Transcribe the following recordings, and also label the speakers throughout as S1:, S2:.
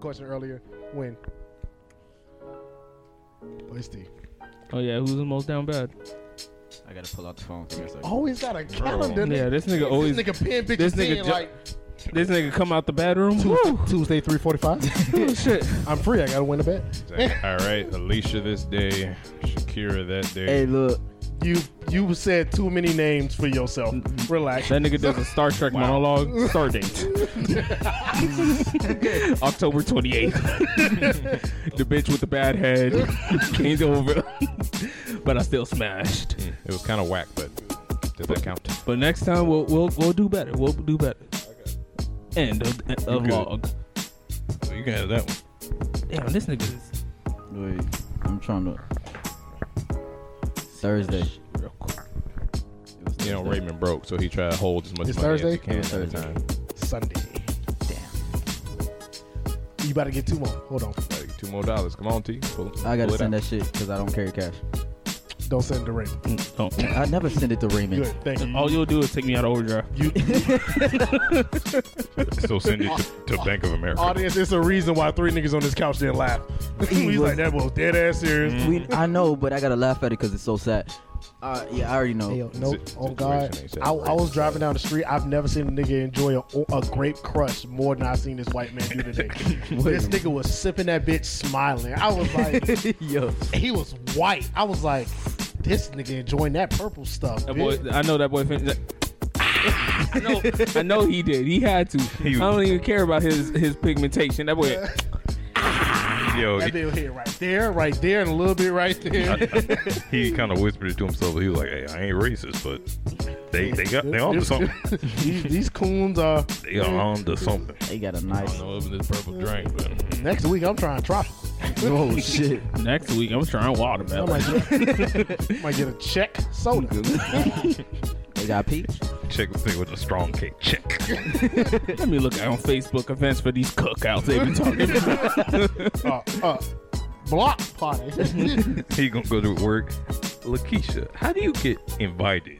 S1: question earlier. When? Let's see.
S2: Oh yeah, who's the most down bad?
S3: I gotta pull out the phone. Give me a second.
S1: Always got a calendar.
S2: Yeah, this nigga always
S1: This nigga pin
S2: this
S1: bitches
S2: nigga
S1: in
S2: ju-
S1: like
S2: this nigga come out the bedroom.
S1: Tuesday,
S2: Woo!
S1: Tuesday three forty five.
S2: Oh, shit.
S1: I'm free. I gotta win a bet.
S4: Like, all right, Alicia this day, Shakira that day.
S3: Hey, look.
S1: You you said too many names for yourself. Relax.
S2: That nigga does a Star Trek monologue. Start date. October 28th. the bitch with the bad head came over, but I still smashed.
S4: It was kind of whack, but did that count?
S2: But next time we'll we'll, we'll do better. We'll do better. End of, end of
S4: You good.
S2: log.
S4: So you can have that one.
S2: Damn, this nigga is
S3: Wait, I'm trying to. Thursday.
S2: real quick.
S3: It was
S4: You know,
S3: Thursday.
S4: Raymond broke, so he tried to hold as much
S1: It's
S4: money
S1: Thursday?
S4: as he can
S3: It's
S4: every
S3: Thursday.
S4: time.
S1: Sunday. Damn. You better get two more. Hold on.
S4: Gotta get two more dollars. Come on, T. Pull,
S3: I
S4: pull
S3: gotta
S4: it
S3: send
S4: out.
S3: that shit because I don't carry cash.
S1: Don't send the ring.
S2: Oh. mm.
S3: I never send it to Raymond.
S1: Good. Thank you.
S2: All you'll do is take me out of overdrive.
S1: you
S4: So send it to, to Bank of America.
S1: audience, it's a reason why three niggas on this couch didn't laugh. He's like, that was dead ass serious.
S3: We, I know, but I gotta laugh at it because it's so sad. Uh, yeah, I already know.
S1: Hey, yo, no,
S4: Si-
S1: oh
S4: situation
S1: God!
S4: ain't set
S1: I, I
S4: right.
S1: was driving down the street. I've never seen a nigga enjoy a, a grape crush more than I seen this white man do today. this nigga was sipping that bitch, smiling. I was like,
S3: yo,
S1: he was white. I was like, this nigga enjoying that purple stuff.
S2: That boy,
S1: bitch.
S2: I know that boy. Fin- that- I know, I know he did. He had to.
S4: He-
S2: I don't even care about his his pigmentation. That boy.
S4: Yo,
S1: That
S4: he,
S1: bill here, right there, right there, and a little bit right there.
S4: he kind of whispered it to himself. He was like, "Hey, I ain't racist, but they they got they on to something.
S1: these, these coons are.
S4: They are on to something."
S3: they got a
S4: I
S3: nice.
S4: don't know if this purple drink, but
S1: Next week, I'm trying tropical.
S3: Oh shit!
S2: Next week, I'm trying
S1: I
S2: watermelon.
S1: might get, might get a check soda.
S3: They got peach.
S4: check this thing with a strong cake. Check.
S2: Let me look out on Facebook events for these cookouts they been talking about.
S1: Uh, uh, block party.
S4: He gonna go to work. Lakeisha, how do you get invited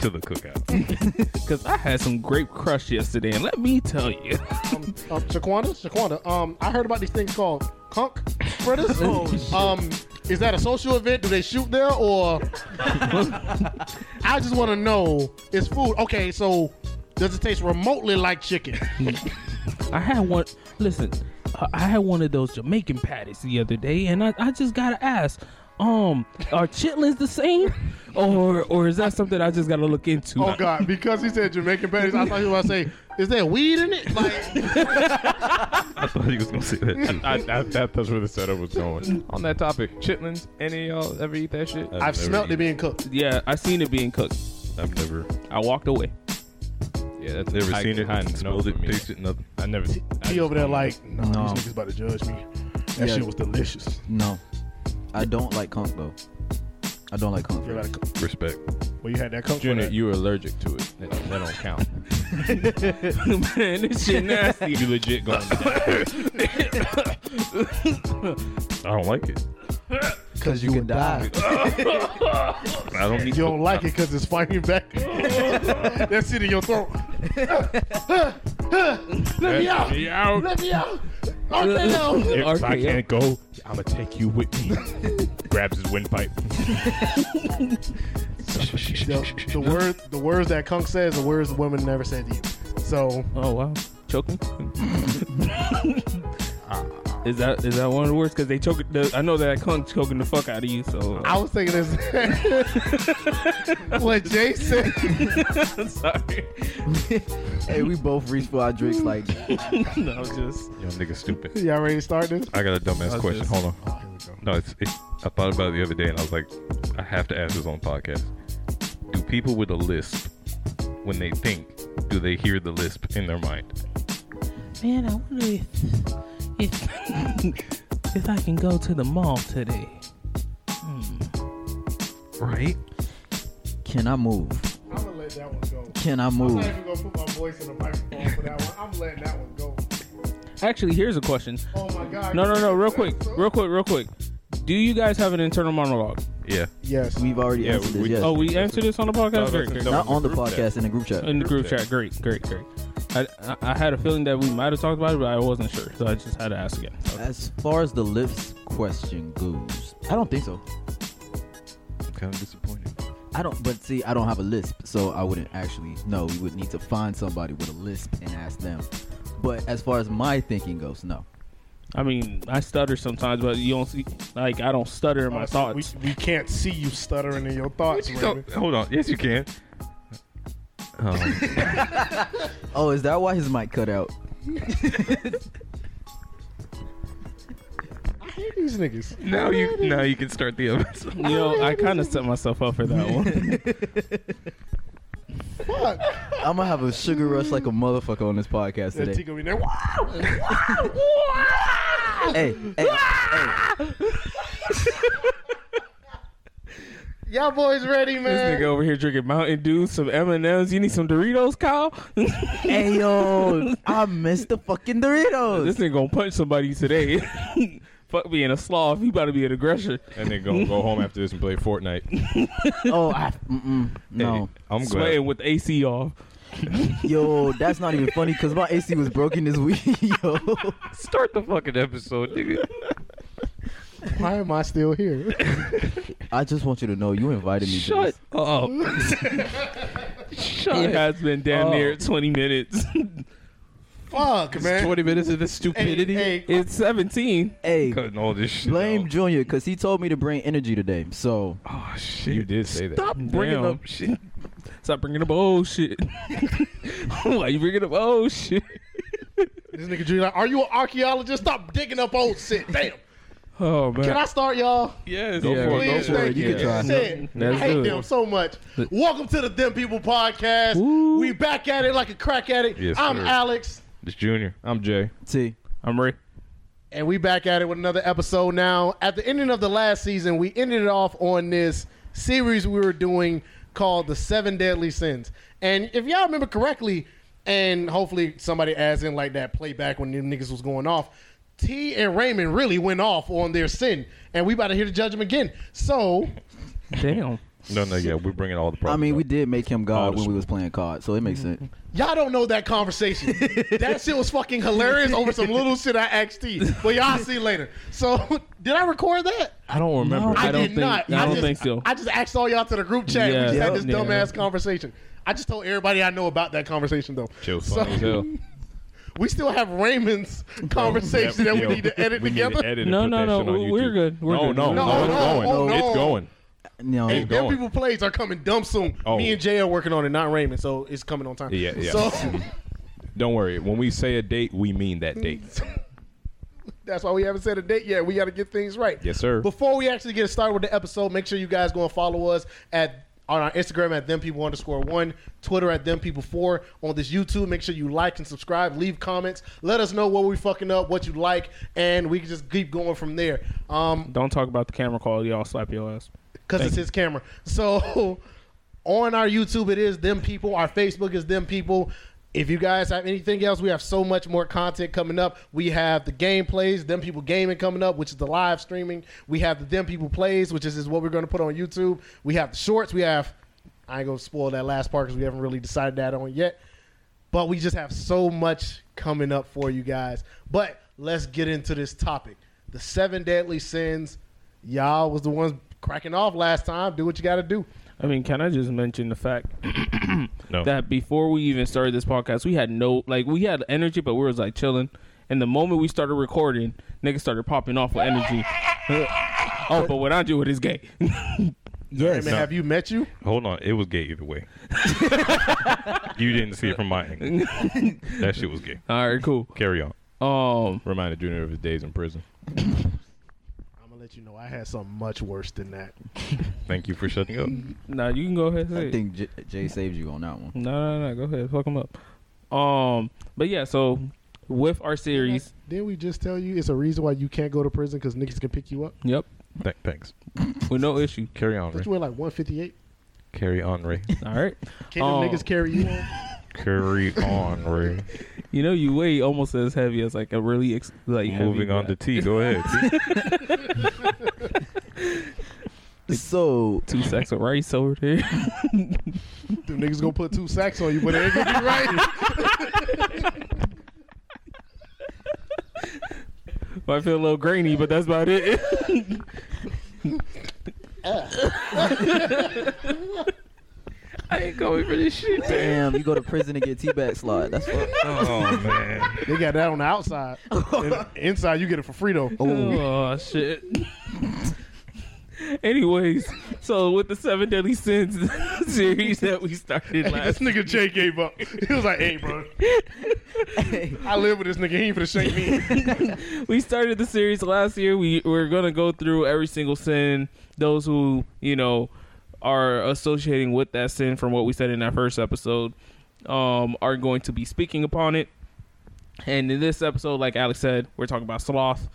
S4: to the cookout?
S2: Because I had some grape crush yesterday, and let me tell you.
S1: um, um, Shaquanda, Shaquanda, um, I heard about these things called conch fritters. um, is that a social event? Do they shoot there or? I just want to know. It's food. Okay, so does it taste remotely like chicken?
S2: I had one. Listen, I- I had one of those Jamaican patties the other day, and I, I just gotta ask, um, are chitlins the same, or or is that something I just gotta look into?
S1: Oh God! Because he said Jamaican patties, I thought he was about to say, "Is there weed in it?" Like,
S4: I thought he was gonna say that too.
S5: I, I, that, that's where the setup was going.
S4: On that topic, chitlins. Any of y'all ever eat that shit?
S1: I've smelled it being cooked.
S2: Yeah, I seen it being cooked.
S4: I've never.
S2: I walked away.
S5: Yeah, that's
S4: Never
S5: I-
S4: seen it.
S5: I know
S4: smelled
S5: for
S4: it.
S5: me.
S4: Tasted nothing.
S5: I never.
S1: He over there like, nah,
S3: No.
S1: these niggas about to judge me. That
S3: Yeah.
S1: shit was delicious.
S3: No, I don't like conch though. I don't like conch.
S1: You gotta cook.
S4: Respect.
S1: Well, you had that cooked. for
S5: Junior,
S1: that.
S5: you were allergic to it. That, that don't count.
S2: Man, this shit nasty.
S5: you legit going.
S4: I don't like it.
S3: Cause you can die.
S4: I don't need.
S1: You don't like it because it's fighting back. That's it in your throat. Let me out. Let me out. Okay, no.
S5: If I
S2: RKO.
S5: can't go, I'm gonna take you with me. Grabs his windpipe.
S1: The, the word, the words that Kunk says, the words the women never said to you. So
S2: Oh wow, choking. is that is that one of the worst? Because they choke. The, I know that cunt choking the fuck out of you. So
S1: I was thinking this. what Jay said.
S2: I'm sorry.
S3: hey, we both reach for our drinks like
S2: no, I was just
S4: Y'all niggas stupid.
S1: Y'all ready to start this?
S4: I got a dumbass
S2: I'll
S4: question.
S2: just-
S4: Hold
S5: Oh,
S4: on. No, it's, it, I thought about it the other day, and I was like, I have to ask this on podcast. Do people with a lisp, when they think, do they hear the lisp in their mind?
S2: man. I wonder if if if I can go to the mall today. Hmm.
S4: Right?
S3: Can I move?
S1: I'm gonna let that one go.
S3: Can I move?
S1: gonna put my voice in the microphone for that one. I'm letting that one go.
S2: Actually, here's a question.
S1: Oh my god.
S2: No, no, no. Real quick, real quick, real quick. Do you guys have an internal monologue?
S4: Yeah.
S1: Yes.
S3: We've already
S5: Yeah,
S3: answered
S5: we-
S3: this. Yes.
S2: Oh, we answered this on the podcast. Great, great.
S3: Not on the podcast in the group chat.
S2: In the group chat. Great, great, great. I, I, I had a feeling that we might have talked about it, but I wasn't sure, so I just had to ask again. Okay.
S3: As far as the lips question goes, I don't think so.
S4: I'm kind of disappointed.
S3: I don't, but see, I don't have a lisp, so I wouldn't actually know. We would need to find somebody with a lisp and ask them. But as far as my thinking goes, no.
S2: I mean, I stutter sometimes, but you don't see like I don't stutter in my
S1: Uh,
S2: thoughts.
S1: We, we can't see you stuttering in your thoughts,
S4: You
S1: Raymond.
S4: don't- hold on. Yes, you can. Um,
S3: Oh, is that why his mic cut out?
S1: I hate these niggas.
S4: now you now you can start the episode.
S2: you know, I kind of set myself up for that one.
S1: Fuck.
S3: I'm gonna have a sugar rush like a motherfucker on this podcast
S1: That
S3: today.
S1: Tico be there. Wow.
S3: Hey, hey, hey,
S1: Y'all boys ready, man?
S2: this nigga over here drinking Mountain Dew, some M and M's. You need some Doritos, Kyle.
S3: hey, yo! I missed the fucking Doritos.
S2: this nigga gonna punch somebody today. Fuck being a sloth. He about to be an aggressor.
S5: And then gonna go home after this and play Fortnite.
S3: oh, I, mm-mm, no,
S4: Hey, I'm glad.
S2: Sweating with the AC off.
S3: yo, that's not even funny because my AC was broken this week, yo.
S4: Start the fucking episode, nigga.
S1: Why am I still here?
S3: I just want you to know you invited me. to
S2: Shut
S3: this.
S2: up. Shut It has been damn near 20 minutes.
S1: Fuck, man.
S4: minutes of this
S1: hey, hey,
S2: it's 17.
S3: Hey,
S4: Cutting all this shit.
S3: blame
S4: out.
S3: Junior because he told me to bring energy today. So
S4: Oh shit.
S5: you did say that.
S4: Stop bringing
S2: Damn.
S4: up shit.
S2: Stop bringing up old shit. Why you bringing up old shit?
S1: this nigga Drew, like, are you an archaeologist? Stop digging up old shit. Damn.
S2: Oh man.
S1: Can I start, y'all?
S4: Yes.
S2: Go for it,
S1: Please,
S3: for it.
S1: thank
S3: You can try.
S1: Shit.
S2: Let's
S1: I hate
S2: do it.
S1: them so much. Welcome to the Them People Podcast.
S2: Woo.
S1: We back at it like a crack addict.
S4: Yes,
S1: I'm
S4: sir.
S1: Alex.
S4: It's Junior.
S5: I'm Jay.
S3: see,
S2: I'm ready.
S1: And we back at it with another episode now. At the ending of the last season, we ended it off on this series we were doing called The Seven Deadly Sins. And if y'all remember correctly, and hopefully somebody adds in like that playback when them niggas was going off, T and Raymond really went off on their sin. And we about to hear the judgment again. So
S2: Damn.
S4: No, no, yeah, we're bringing all the
S3: I
S4: problems.
S3: mean, we
S4: up.
S3: did make him God
S4: Oh,
S3: when we was playing cards, so it makes sense.
S1: Y'all don't know that conversation. that shit was fucking hilarious over some little shit I asked T. But y'all see later. So did I record that?
S2: I don't remember. I, don't
S1: did
S2: think.
S1: not.
S2: I, don't
S1: just,
S2: think so.
S1: I just asked all y'all to the group chat.
S2: Yeah.
S1: we just had this
S2: Yeah.
S1: dumbass conversation. I just told everybody I know about that conversation though.
S5: Chill,
S1: So-
S5: funny as hell.
S1: We still have Raymond's conversation that
S5: Yo,
S1: we need to edit
S5: we need to
S1: together.
S5: edit and
S2: No,
S5: put
S2: no,
S5: that
S2: no,
S5: shit on
S2: we're
S5: YouTube.
S2: good, we're
S5: no,
S2: good.
S5: no,
S2: No,
S5: no, it's
S1: no,
S5: going.
S1: oh, no.
S5: It's going.
S3: No,
S1: Hey, them
S5: going.
S1: people plays are coming dumb soon.
S5: Oh.
S1: Me and Jay are working on it, not Raymond, so it's coming on time.
S5: Yeah, yeah.
S1: So
S5: Don't worry. When we say a date, we mean that date.
S1: That's why we haven't set a date yet. We got to get things right.
S5: Yes, sir.
S1: Before we actually get started with the episode, make sure you guys go and follow us at on our Instagram at them people underscore one, Twitter at them people four. On this YouTube, make sure you like and subscribe, leave comments, let us know what we fucking up, what you like, and we can just keep going from there. Um,
S2: don't talk about the camera quality. I'll slap your ass.
S1: because it's his camera. So on our YouTube, it is them people. Our Facebook is them people. If you guys have anything else, we have so much more content coming up. We have the gameplays, them people gaming coming up, which is the live streaming. We have the them people plays, which is, is what we're going to put on YouTube. We have the shorts. We have I ain't gonna spoil that last part because we haven't really decided that on yet. But we just have so much coming up for you guys. But let's get into this topic. The seven deadly sins. Y'all was the ones cracking off last time. Do what you gotta do.
S2: I mean, can I just mention the fact
S4: Oh.
S5: No.
S2: that before we even started this podcast, we had no like we had energy, but we was like chilling. And the moment we started recording, niggas started popping off with energy. oh, but what I do with is gay.
S1: Raymond, have you met you?
S4: Hold on, it was gay either way. you didn't see it from my angle. that shit was gay.
S2: All right, cool.
S4: Carry on.
S2: Um,
S5: Reminded Junior of his days in prison.
S1: I'm gonna let you know I had something much worse than that.
S4: Thank you for shutting up.
S2: now you can go ahead. And say
S3: I
S2: it.
S3: think J- Jay saved you on that one.
S2: No, no, no. Go ahead. Fuck them up. Um, but yeah. So with our series,
S1: Didn't we just tell you it's a reason why you can't go to prison because niggas can pick you up?
S2: yep,
S4: Th- thanks.
S2: with no issue.
S4: Carry on,
S1: Don't
S4: Ray.
S1: you weigh like 158?
S4: Carry on, Ray.
S2: All right.
S1: Can't
S2: Oh.
S1: them niggas carry you? on?
S4: Carry on, Ray.
S2: You know, you weigh almost as heavy as like a really ex- like heavy
S4: Moving on to
S2: guy.
S4: T. Go ahead.
S3: So
S2: two sacks of rice over there.
S1: Them niggas gonna put two sacks on you, but it ain't gonna be right.
S2: Might feel a little grainy, but that's about it. I ain't going for this shit.
S3: Damn, you go to prison and get T bag slot. That's what.
S4: Oh man.
S1: they got that on the outside. And inside, you get it for free though.
S2: Oh shit. Anyways, so with the seven deadly sins series that we started
S1: This
S2: last,
S1: nigga Jay gave up. He was like, "Hey, bro, I live with this nigga. He ain't finna shake me."
S2: we started the series last year. We we're gonna go through every single sin, those who you know are associating with that sin from what we said in that first episode, um, are going to be speaking upon it. And in this episode, like Alex said, we're talking about sloth.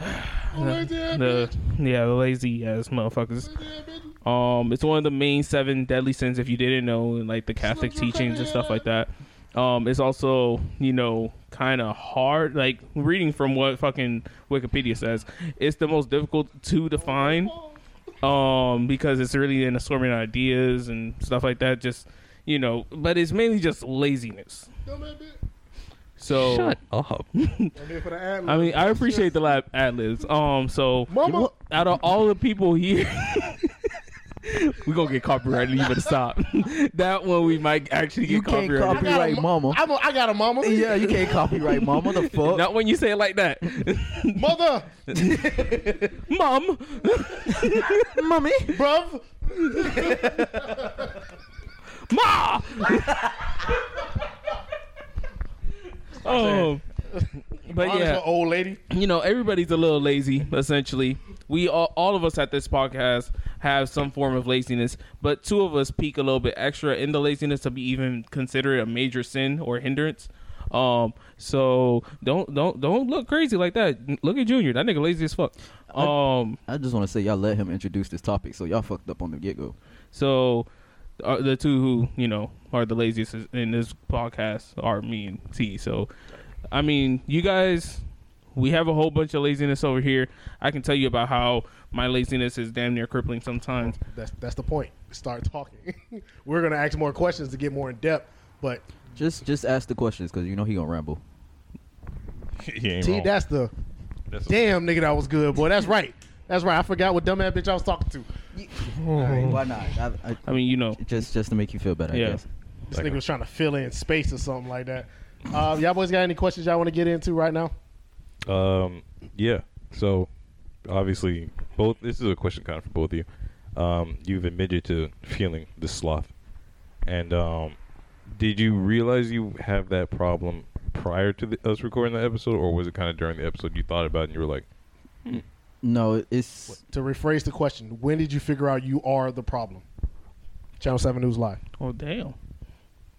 S2: The yeah, the lazy ass motherfuckers. Um, it's one of the main seven deadly sins if you didn't know, and like the Catholic teachings and stuff like that. Um, it's also you know kind of hard. Like reading from what fucking Wikipedia says, it's the most difficult to define. Um, because it's really an assortment of ideas and stuff like that. Just you know, but it's mainly just laziness. So
S4: Shut up.
S2: I mean, I appreciate the lab ad libs. Um, so
S1: Mama.
S2: out of all the people here, we gonna get copyrighted. You better stop. that one we might actually get
S3: You can't
S2: copyrighted.
S3: copy- Copyright mama.
S1: I'm a, I got a mama.
S3: Yeah, you can't copyright mama. The fuck.
S2: Not when you say it like that,
S1: mother,
S2: mom.
S3: Mommy.
S1: bruv.
S2: Ma. um, but
S1: Honest
S2: yeah,
S1: little old lady.
S2: you know, everybody's a little lazy. Essentially, we all, all of us at this podcast have some form of laziness, but two of us peak a little bit extra in the laziness to be even considered a major sin or hindrance. Um, so don't don't don't look crazy like that. Look at Junior, that nigga lazy as fuck. Um,
S3: I just want to say y'all let him introduce this topic, so y'all fucked up on the get go.
S2: so uh, the two who you know are the laziest is- in this podcast are me and T. So, I mean, you guys, we have a whole bunch of laziness over here. I can tell you about how my laziness is damn near crippling sometimes.
S1: That's that's the point. Start talking. We're gonna ask more questions to get more in depth. But
S3: Just, just ask the questions, cause you know he gonna ramble.
S4: he ain't
S1: T,
S4: wrong.
S1: that's the
S4: That's a-
S1: damn nigga that was good, boy. That's right. That's right. I forgot what dumb ass bitch I was talking to.
S3: Why not? I, I,
S2: I mean, you know,
S3: just, just to make you feel better.
S2: Mm-hmm. Yeah.
S3: I guess.
S1: This nigga was trying to fill in space or something like that. Um, y'all boys got any questions y'all want to get into right now?
S4: Um, yeah. So, obviously, both. This is a question kind of for both of you. Um, you've admitted to feeling the sloth, and um, did you realize you have that problem prior to the, us recording the episode, or was it kind of during the episode you thought about it and you were like,
S3: No, it's
S1: To rephrase the question, when did you figure out you are the problem? Channel Seven News Live.
S2: oh damn,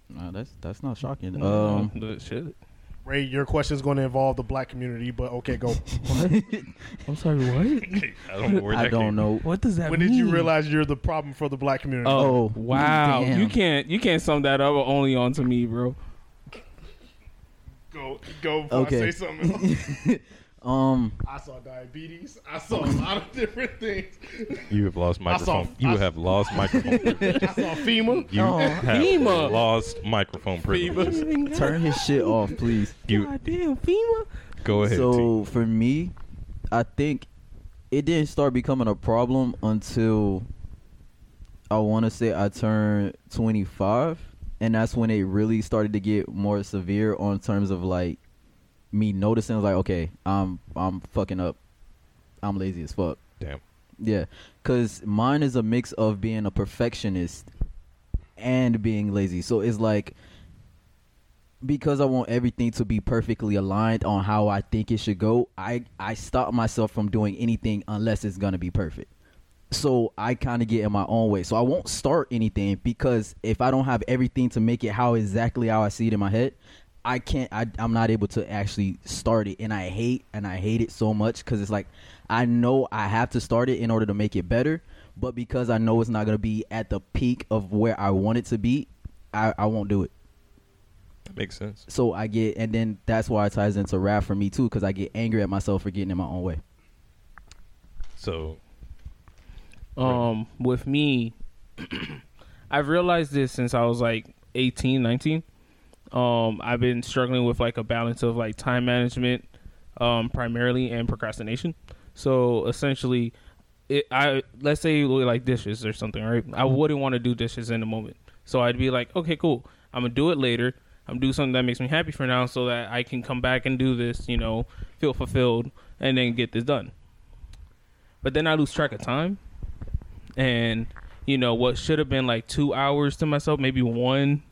S3: no, that's that's not shocking.
S2: Mm-hmm.
S3: Um,
S2: But shit.
S1: Ray, your question is going to involve the black community, but okay, go.
S2: I'm sorry, what?
S4: I don't know where
S3: I
S4: that
S3: don't
S4: came
S3: know.
S2: what does that
S1: when
S2: mean?
S1: did you realize you're the problem for the black community?
S2: Oh,
S3: Oh,
S2: wow,
S3: damn.
S2: you can't you can't sum that up only onto me, bro.
S1: go, go. Before
S3: Okay.
S1: I say something.
S3: um,
S1: I saw diabetes. I saw a lot of different things.
S4: from. You have lost
S1: saw-
S4: microphone. you
S1: I-
S4: have lost microphone. privilege.
S1: I saw FEMA.
S4: You
S3: Oh,
S4: have
S2: FEMA.
S4: lost microphone privilege.
S3: turn his shit off, please.
S4: You
S2: God damn, FEMA.
S4: go ahead. T.
S3: So for me, I think it didn't start becoming a problem until I want to say I turned 25, and that's when it really started to get more severe on terms of like me noticing like, okay, I'm I'm fucking up, I'm lazy as fuck.
S4: Damn.
S3: Yeah, because mine is a mix of being a perfectionist and being lazy. So it's like because I want everything to be perfectly aligned on how I think it should go, I I stop myself from doing anything unless it's gonna be perfect. So I kind of get in my own way. So I won't start anything because if I don't have everything to make it how exactly how I see it in my head, I can't. I, I'm not able to actually start it, and I hate and I hate it so much because it's like I know I have to start it in order to make it better, but because I know it's not gonna be at the peak of where I want it to be, I, I won't do it
S4: That makes sense.
S3: so I get, and then that's why it ties into rap for me too, because I get angry at myself for getting in my own way.
S4: So
S2: Um, with me, I've realized this since I was like 18, 19. Um, I've been struggling with like a balance of like time management, um, primarily and procrastination. So essentially, it, I let's say you look like dishes or something, right? I wouldn't want to do dishes in the moment, so I'd be like, okay, cool, I'm gonna do it later. I'm gonna do something that makes me happy for now, so that I can come back and do this, you know, feel fulfilled, and then get this done. But then I lose track of time, and you know what should have been like two hours to myself, maybe one,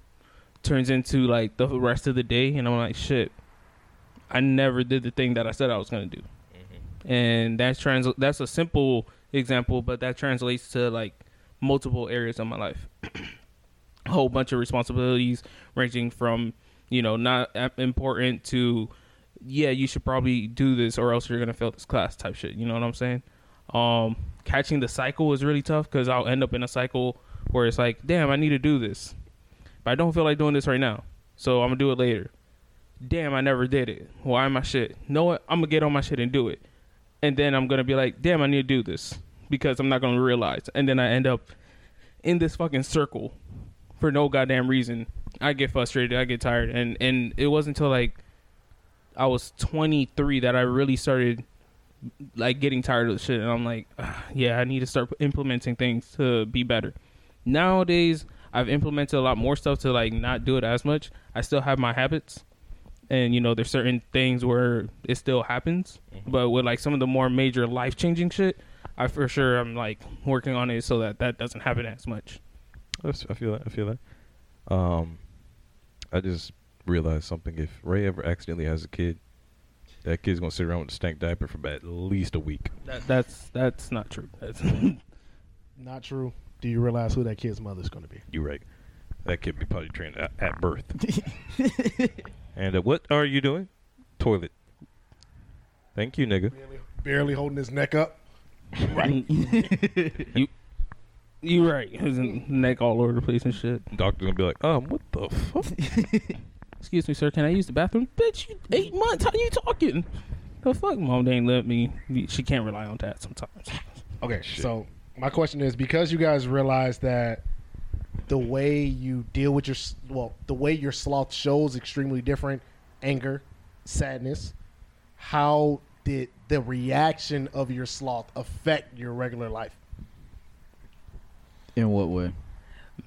S2: turns into like the rest of the day, and I'm like, shit, I never did the thing that I said I was gonna do and that's trans that's a simple example but that translates to like multiple areas of my life a whole bunch of responsibilities ranging from you know not a- important to yeah you should probably do this or else you're gonna fail this class type shit you know what i'm saying um catching the cycle is really tough because i'll end up in a cycle where it's like damn i need to do this but i don't feel like doing this right now so i'm gonna do it later damn i never did it why am i shit no what i'm gonna get on my shit and do it and then I'm gonna be like, damn, I need to do this because I'm not gonna realize, and then I end up in this fucking circle for no goddamn reason. I get frustrated, I get tired, and and it wasn't until like I was 23 that I really started like getting tired of the shit, and I'm like, "Ah, yeah, I need to start implementing things to be better. Nowadays, I've implemented a lot more stuff to like not do it as much. I still have my habits, and you know there's certain things where it still happens but with like some of the more major life changing shit i for sure i'm like working on it so that that doesn't happen as much
S4: That's- I feel that. I feel that. Um, I just realized something. If Ray ever accidentally has a kid, that kid's gonna sit around with a stank diaper for about at least a week.
S2: that, that's that's not true that's
S1: Not true. Do you realize who that kid's mother's going to be?
S4: You right. That kid be probably trained at, at birth. and uh, what are you doing? Toilet. Thank you, nigga.
S1: Barely, barely holding his neck up.
S2: you you right his neck all over the place and shit
S4: Doctor's gonna be like, um, what the fuck?
S2: excuse me sir can i use the bathroom bitch you eight months how you talking the fuck mom didn't let me she can't rely on that sometimes
S1: Okay, so my question is because you guys realize that the way you deal with your s- well, the way your sloth shows extremely different anger, sadness. How did the reaction of your sloth affect your regular life?
S3: In what way?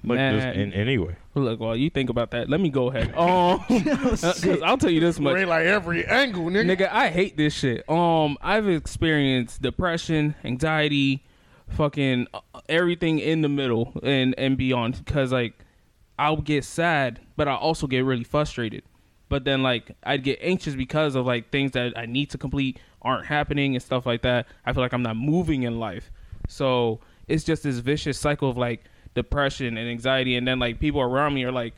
S4: Like
S2: Man.
S4: this in any way.
S2: look while you think about that let me go ahead um because i'll tell you this much
S1: Ray, like every angle, nigga.
S2: Nigga, I hate this shit. Um, I've experienced depression, anxiety, fucking uh, everything in the middle and and beyond. Because like, I'll get sad, but I also get really frustrated. But then like, I'd get anxious because of like things that I need to complete aren't happening and stuff like that. I feel like I'm not moving in life. So it's just this vicious cycle of like depression and anxiety, and then like people around me are like,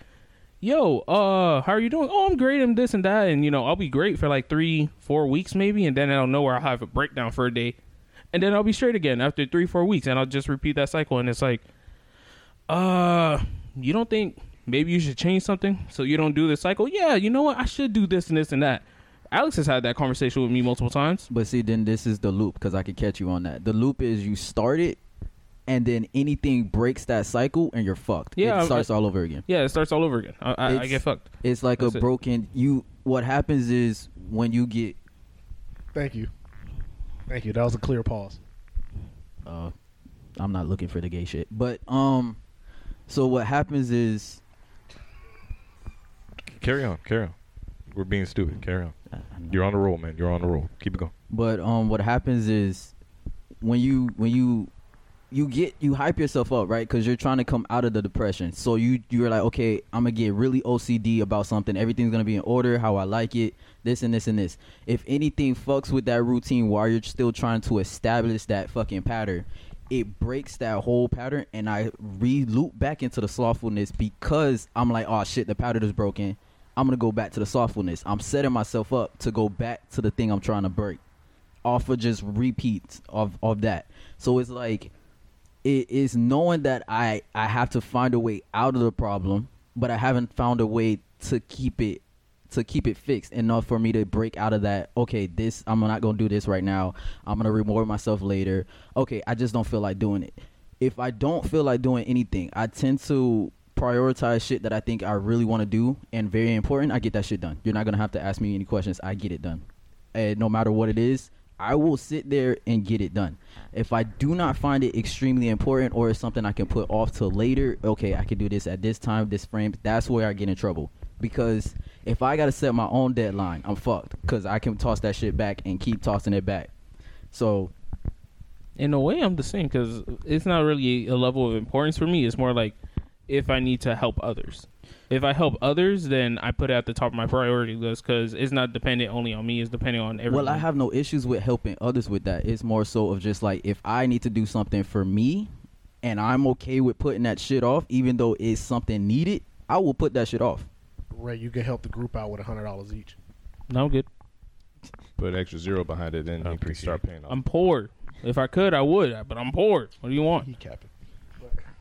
S2: yo, uh, how are you doing? Oh, I'm great. I'm this and that. And, you know, I'll be great for like three, four weeks maybe. And then I don't know where I'll have a breakdown for a day. And then I'll be straight again after three, four weeks. And I'll just repeat that cycle. And it's like, uh, you don't think maybe you should change something so you don't do this cycle? Yeah, you know what? I should do this and this and that. Alex has had that conversation with me multiple times.
S3: But see, then this is the loop because I can catch you on that. The loop is you start it, and then anything breaks that cycle, and you're fucked.
S2: Yeah,
S3: it
S2: I'm-
S3: starts all over again.
S2: Yeah, it starts all over again. I, I, I
S3: It's-
S2: get fucked.
S3: It's like
S2: That's
S3: a
S2: it.
S3: broken. You what happens is when you get.
S1: Thank you, thank you. That was a clear pause.
S3: Uh, I'm not looking for the gay shit, but um, so what happens is
S4: Carry on, carry on. We're being stupid. Carry on.
S3: I- I know.
S4: You're on the roll, man. You're on the roll. Keep it going.
S3: But um, what happens is when you when you you get you hype yourself up, right? Because you're trying to come out of the depression. So you you're like, okay, I'm gonna get really OCD about something. Everything's gonna be in order, how I like it, this and this and this. If anything fucks with that routine while you're still trying to establish that fucking pattern, it breaks that whole pattern, and I re-loop back into the slothfulness because I'm like, oh shit, the pattern is broken. I'm gonna go back to the slothfulness. I'm setting myself up to go back to the thing I'm trying to break off of just repeats of of that. So it's like it is knowing that I I have to find a way out of the problem, but I haven't found a way to keep it to keep it fixed enough for me to break out of that. Okay, this I'm not gonna do this right now. I'm gonna reward myself later. Okay, I just don't feel like doing it. if I don't feel like doing anything, I tend to prioritize shit that I think I really want to do and very important. I get that shit done. You're not gonna have to ask me any questions. I get it done, and eh, no matter what it is, I will sit there and get it done. If I do not find it extremely important or it's something I can put off till later, okay, I can do this at this time, this frame. That's where I get in trouble because if I gotta set my own deadline, I'm fucked because I can toss that shit back and keep tossing it back. So
S2: in a way i'm the same because it's not really a level of importance for me it's more like if i need to help others if i help others then i put it at the top of my priority list because it's not dependent only on me it's dependent on everyone
S3: Well, I have no issues with helping others with that. It's more so of just like if I need to do something for me and I'm okay with putting that shit off, even though it's something needed, I will put that shit off.
S1: Ray, you can help the group out with hundred dollars each.
S2: no i'm good
S5: Put an extra zero behind it, and
S4: I
S5: you can
S4: appreciate
S5: start
S4: it.
S5: paying off.
S2: i'm poor if i could i would but i'm poor what do you want
S1: He capping.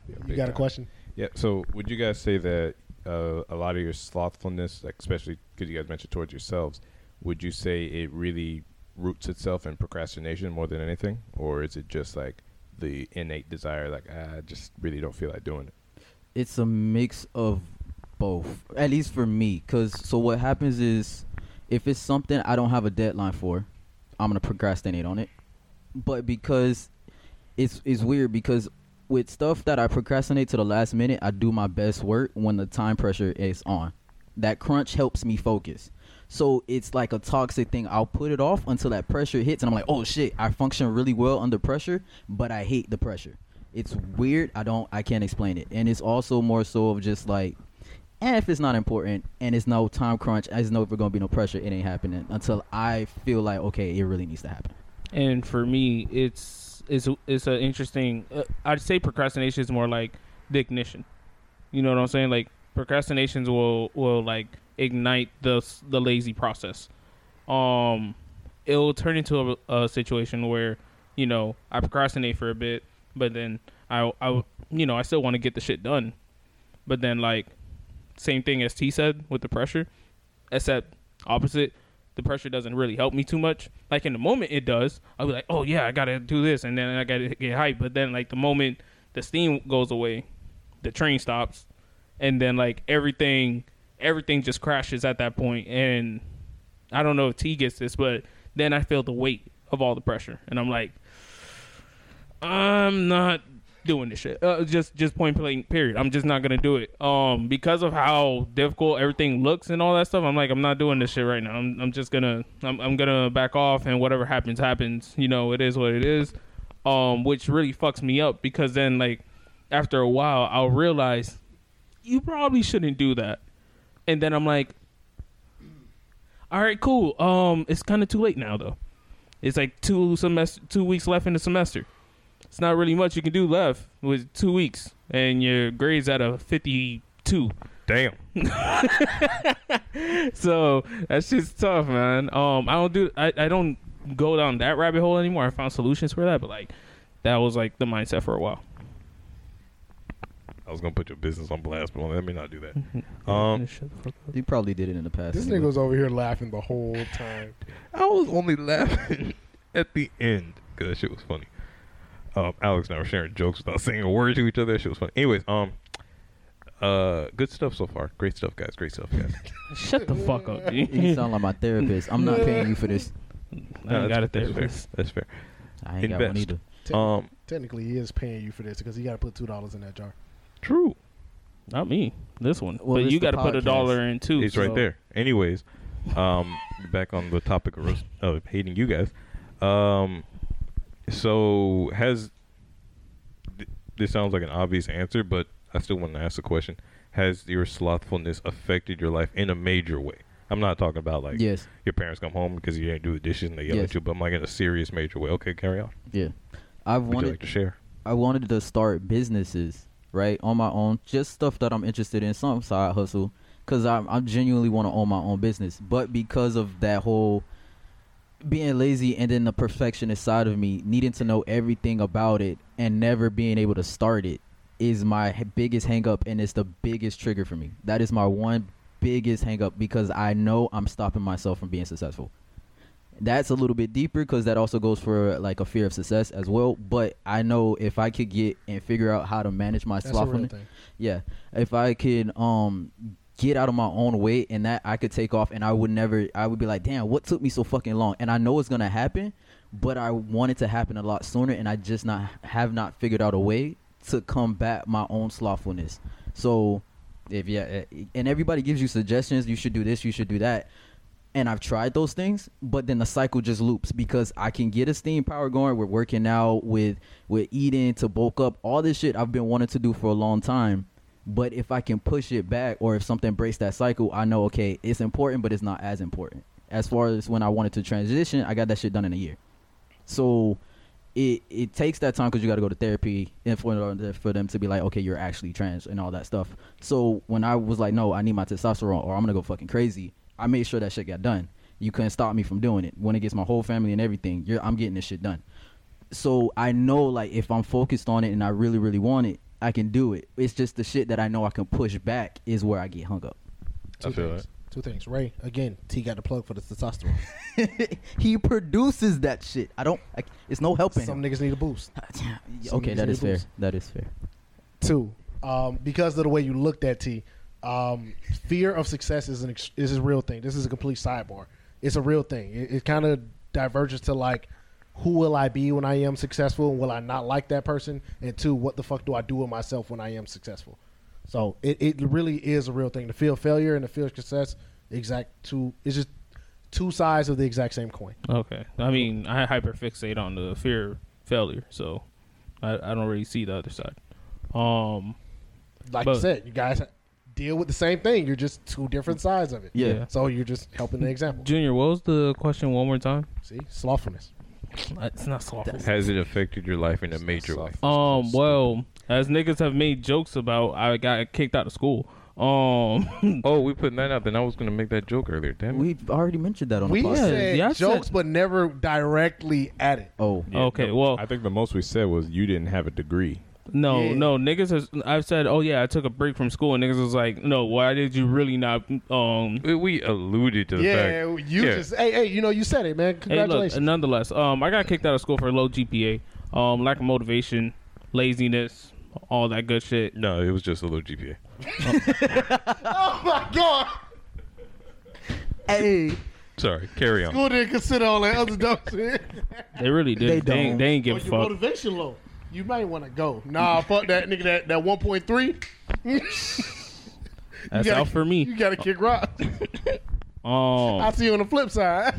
S1: You
S5: big
S1: got a
S5: time.
S1: question?
S5: Yeah. So, would you guys say that uh, a lot of your slothfulness, like especially because you guys mentioned towards yourselves, would you say it really roots itself in procrastination more than anything, or is it just like the innate desire, like "Ah, I just really don't feel like doing it?
S3: It's a mix of both, at least for me. Cause so what happens is, if it's something I don't have a deadline for, I'm gonna procrastinate on it. But because it's it's weird because with stuff that I procrastinate to the last minute, I do my best work when the time pressure is on. That crunch helps me focus. So it's like a toxic thing. I'll put it off until that pressure hits, and I'm like, oh shit, I function really well under pressure, but I hate the pressure. It's weird. I don't. I can't explain it. And it's also more so of just like, and if it's not important, and it's no time crunch, and it's no if we're gonna be no pressure, it ain't happening until I feel like okay, it really needs to happen.
S2: and for me it's it's it's an interesting uh, i'd say procrastination is more like the ignition you know what i'm saying like procrastinations will will like ignite the s- the lazy process um it'll turn into a, a situation where you know i procrastinate for a bit but then i i you know i still want to get the shit done but then like same thing as t said with the pressure except opposite the pressure doesn't really help me too much like in the moment it does i'll be like oh yeah i gotta do this and then i gotta get hyped but then like the moment the steam goes away the train stops and then like everything everything just crashes at that point and i don't know if t gets this but then i feel the weight of all the pressure and i'm like i'm not doing this shit uh, just just point blank period i'm just not gonna do it um because of how difficult everything looks and all that stuff i'm like i'm not doing this shit right now i'm, I'm just gonna I'm, I'm gonna back off and whatever happens happens you know it is what it is um which really fucks me up because then like after a while i'll realize you probably shouldn't do that. And then I'm like, all right, cool. Um, it's kind of too late now though. It's like two semester, two weeks left in the semester. It's not really much you can do left with two weeks, and your grades at a fifty-two.
S4: Damn.
S2: So that shit's tough, man. Um, I don't do, I, I don't go down that rabbit hole anymore. I found solutions for that, but like, that was like the mindset for a while.
S4: I was gonna put your business on blast, but let me not do that. Um,
S2: Shut the fuck up.
S3: You probably did it in the past.
S1: This nigga was over here laughing the whole time.
S4: I was only laughing at the end because that shit was funny. Um, Alex and I were sharing jokes without saying a word to each other. That shit was funny. Anyways, um, uh, good stuff so far. Great stuff, guys. Great stuff, guys.
S2: Shut the fuck up, dude.
S3: You sound like my therapist. I'm not paying you for this.
S2: I ain't
S4: No,
S2: got a
S4: that's- that's fair.
S2: therapist.
S4: That's fair.
S3: I ain't got one
S4: Invest.
S3: either.
S1: Te-
S4: Um,
S1: technically, he is paying you for this because he got to put two dollars in that jar.
S4: true.
S2: Not me. This one.
S3: Well,
S2: but
S3: this
S2: you got
S3: the
S2: to put a
S3: podcast.
S2: dollar in too.
S4: It's right
S2: so-
S4: there. Anyways, um, back on the topic of, roast, of hating you guys. Um, so has th- this sounds like an obvious answer, but I still want to ask the question: Has your slothfulness affected your life in a major way? I'm not talking about like
S3: Yes.
S4: your parents come home because you didn't do the dishes and they yell
S3: Yes.
S4: at you, but I'm like in a serious major way. Okay, carry on.
S3: Yeah. I've
S4: Would you like
S3: wanted
S4: to share?
S3: I wanted to start businesses, right, on my own, just stuff that I'm interested in, some side hustle, because I I genuinely want to own my own business. But because of that whole being lazy and then the perfectionist side of me needing to know everything about it and never being able to start it is my h- biggest hang up and it's the biggest trigger for me. That is my one biggest hang up because I know I'm stopping myself from being successful. That's a little bit deeper because that also goes for like a fear of success as well. But I know if I could get and figure out how to manage my
S1: That's a real
S3: slothfulness,
S1: thing.
S3: yeah, if I could um get out of my own way and that I could take off and I would never, I would be like, damn, what took me so fucking long? And I know it's gonna happen, but I want it to happen a lot sooner, and I just not have not figured out a way to combat my own slothfulness. So if yeah, eh, and everybody gives you suggestions, you should do this, you should do that. And I've tried those things, but then the cycle just loops because I can get a steam power going. We're working out with with eating to bulk up, all this shit I've been wanting to do for a long time. But if I can push it back, or if something breaks that cycle, I know okay, it's important, but it's not as important. As far as when I wanted to transition, I got that shit done in a year. So it it takes that time because you got to go to therapy and for order for them to be like, okay, you're actually trans and all that stuff. So when I was like, no, I need my testosterone or I'm gonna go fucking crazy. I made sure that shit got done. You couldn't stop me from doing it. When it gets my whole family and everything, you're, I'm getting this shit done. So I know like if I'm focused on it and I really really want it, I can do it. It's just the shit that I know I can push back is where I get hung up.
S1: Two
S4: I feel
S1: things.
S4: it.
S1: Two things. Ray, again, T got the plug for the testosterone.
S3: he produces that shit. I don't. I, it's no helping.
S1: Some
S3: him.
S1: niggas need a boost. some
S3: okay,
S1: niggas
S3: that
S1: need
S3: is
S1: a
S3: fair.
S1: boost.
S3: That is fair.
S1: Two, um, because of the way you looked at T, um, fear of success is an ex- is a real thing. This is a complete sidebar. It's a real thing. It, it kind of diverges to like, who will I be when I am successful? Will I not like that person? And two, what the fuck do I do with myself when I am successful? So it, it really is a real thing. The fear of failure and the fear of success, exact two. It's just two sides of the exact same coin.
S2: Okay. I mean, I hyperfixate on the fear of failure, so I, I don't really see the other side. Um,
S1: like you
S2: But-
S1: said, you guys deal with the same thing. You're just two different sides of it.
S3: Yeah.
S2: Mm. Yeah. Mm.
S1: So you're just helping the example.
S2: Junior, what was the question one more time?
S1: See, slothfulness.
S2: It's not sloppy.
S4: Has it affected your life in a major way?
S2: Um, well, as niggas have made jokes about, I got kicked out of school. Um,
S4: Oh, we putting that out. Then I was gonna make that joke earlier. Damn it.
S3: We already mentioned that on
S1: We
S3: the podcast.
S1: said
S2: yeah, I
S1: jokes,
S2: said-
S1: but never directly at it.
S3: Oh,
S2: okay, well,
S5: I think the most we said was you didn't have a degree.
S2: no,
S1: Yeah.
S2: no, niggas has, I've said, oh yeah, I took a break from school, and niggas was like, no, why did you really not, um,
S4: We, we alluded to the
S1: Yeah,
S4: fact.
S1: you
S4: Yeah.
S1: just hey hey, you know you said it, man.
S2: Hey, look,
S1: Congratulations.
S2: nonetheless, um, I got kicked out of school for a low GPA, um, lack of motivation, laziness, all that good shit.
S4: No, it was just a little GPA.
S1: oh my god,
S3: hey,
S4: Sorry, carry on.
S1: who didn't consider all that other dumb shit?
S2: They really did.
S3: They
S2: They, they,
S3: don't.
S2: ain't, they ain't give
S1: Or
S2: a
S1: your
S2: fuck.
S1: motivation low. You might want to go. Nah, fuck that nigga. That that one point three.
S2: That's
S1: gotta-
S2: out for
S1: You
S2: me.
S1: gotta kick rock.
S2: Um,
S1: I see you on the flip side.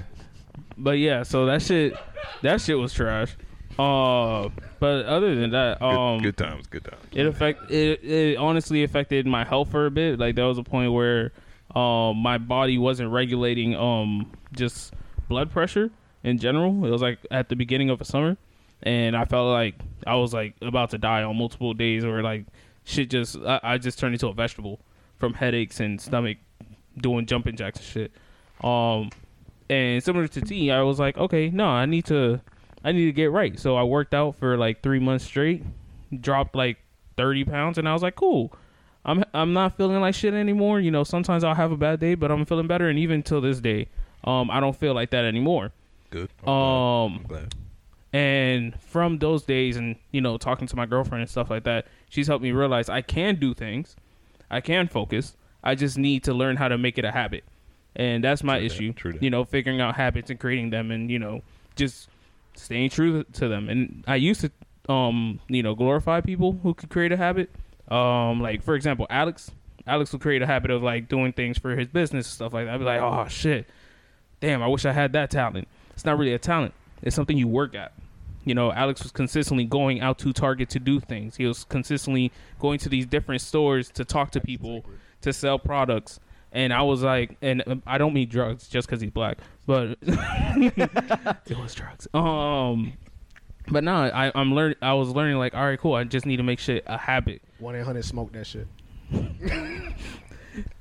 S2: but yeah, so that shit, that shit was trash. Uh, but other than that,
S4: Good,
S2: um,
S4: good times, good times.
S2: it affect it, it honestly affected my health for a bit like there was a point where um my body wasn't regulating um just blood pressure in general it was like at the beginning of the summer and i felt like i was like about to die on multiple days or like shit just i, I just turned into a vegetable from headaches and stomach doing jumping jacks and shit um and similar to T, I was like, okay, no, I need to, I need to get right. So I worked out for like three months straight, dropped like thirty pounds, and I was like, cool. I'm I'm not feeling like shit anymore. You know, sometimes I'll have a bad day, but I'm feeling better. And even till this day, um, I don't feel like that anymore.
S4: Good.
S2: Um,
S4: I'm glad.
S2: and from those days, and you know, talking to my girlfriend and stuff like that, she's helped me realize I can do things, I can focus. I just need to learn how to make it a habit, and that's my
S4: True that,
S2: issue.
S4: true that.
S2: You know, figuring out habits and creating them, and you know, just staying true to them. And I used to, um, you know, glorify people who could create a habit. Um, like for example, Alex. Alex will create a habit of like doing things for his business and stuff like that. I'd be like, oh shit, damn, I wish I had that talent. It's not really a talent. It's something you work at. You know, Alex was consistently going out to Target to do things. He was consistently going to these different stores to talk to people, to sell products. And I was like, and um, I don't mean drugs just because he's black, but it was drugs. Um, but no, I, I'm learning. I was learning like, all right, cool. I just need to make shit a habit.
S1: One eight hundred smoke that shit.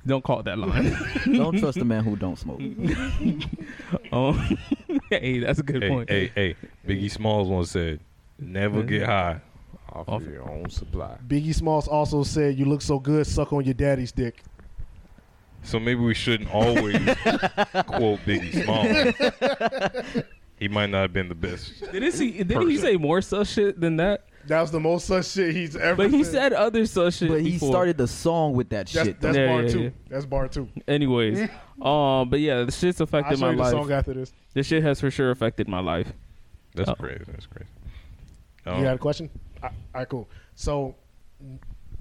S2: Don't call it that line.
S3: don't trust a man who don't smoke.
S2: um, hey, that's a good
S4: Hey,
S2: point. Mm-hmm.
S4: hey, hey, Biggie Smalls once said, "Never get high."
S5: Off,
S2: Off-
S5: of your own supply.
S1: Biggie Smalls also said, "You look so good, suck on your daddy's dick."
S4: So maybe we shouldn't always quote Biggie Smalls. he might not have been the best.
S2: Didn't he? Didn't he
S4: Person.
S2: say more such shit than that?
S1: That was the most such shit he's ever.
S2: But he
S1: said.
S2: said other such shit.
S3: But he
S2: before.
S3: started the song with that
S1: That's,
S3: shit.
S1: that's
S3: though.
S2: Yeah,
S1: bar
S2: yeah,
S1: two.
S2: yeah.
S1: That's bar two.
S2: Anyways, um, but yeah, the shit's
S1: I'll
S2: affected
S1: show
S2: my
S1: you the
S2: life.
S1: song after this.
S2: This shit has for sure affected my life.
S4: That's
S2: Oh.
S4: crazy. That's crazy.
S1: You
S4: Um,
S1: had a question? A- All right, cool. So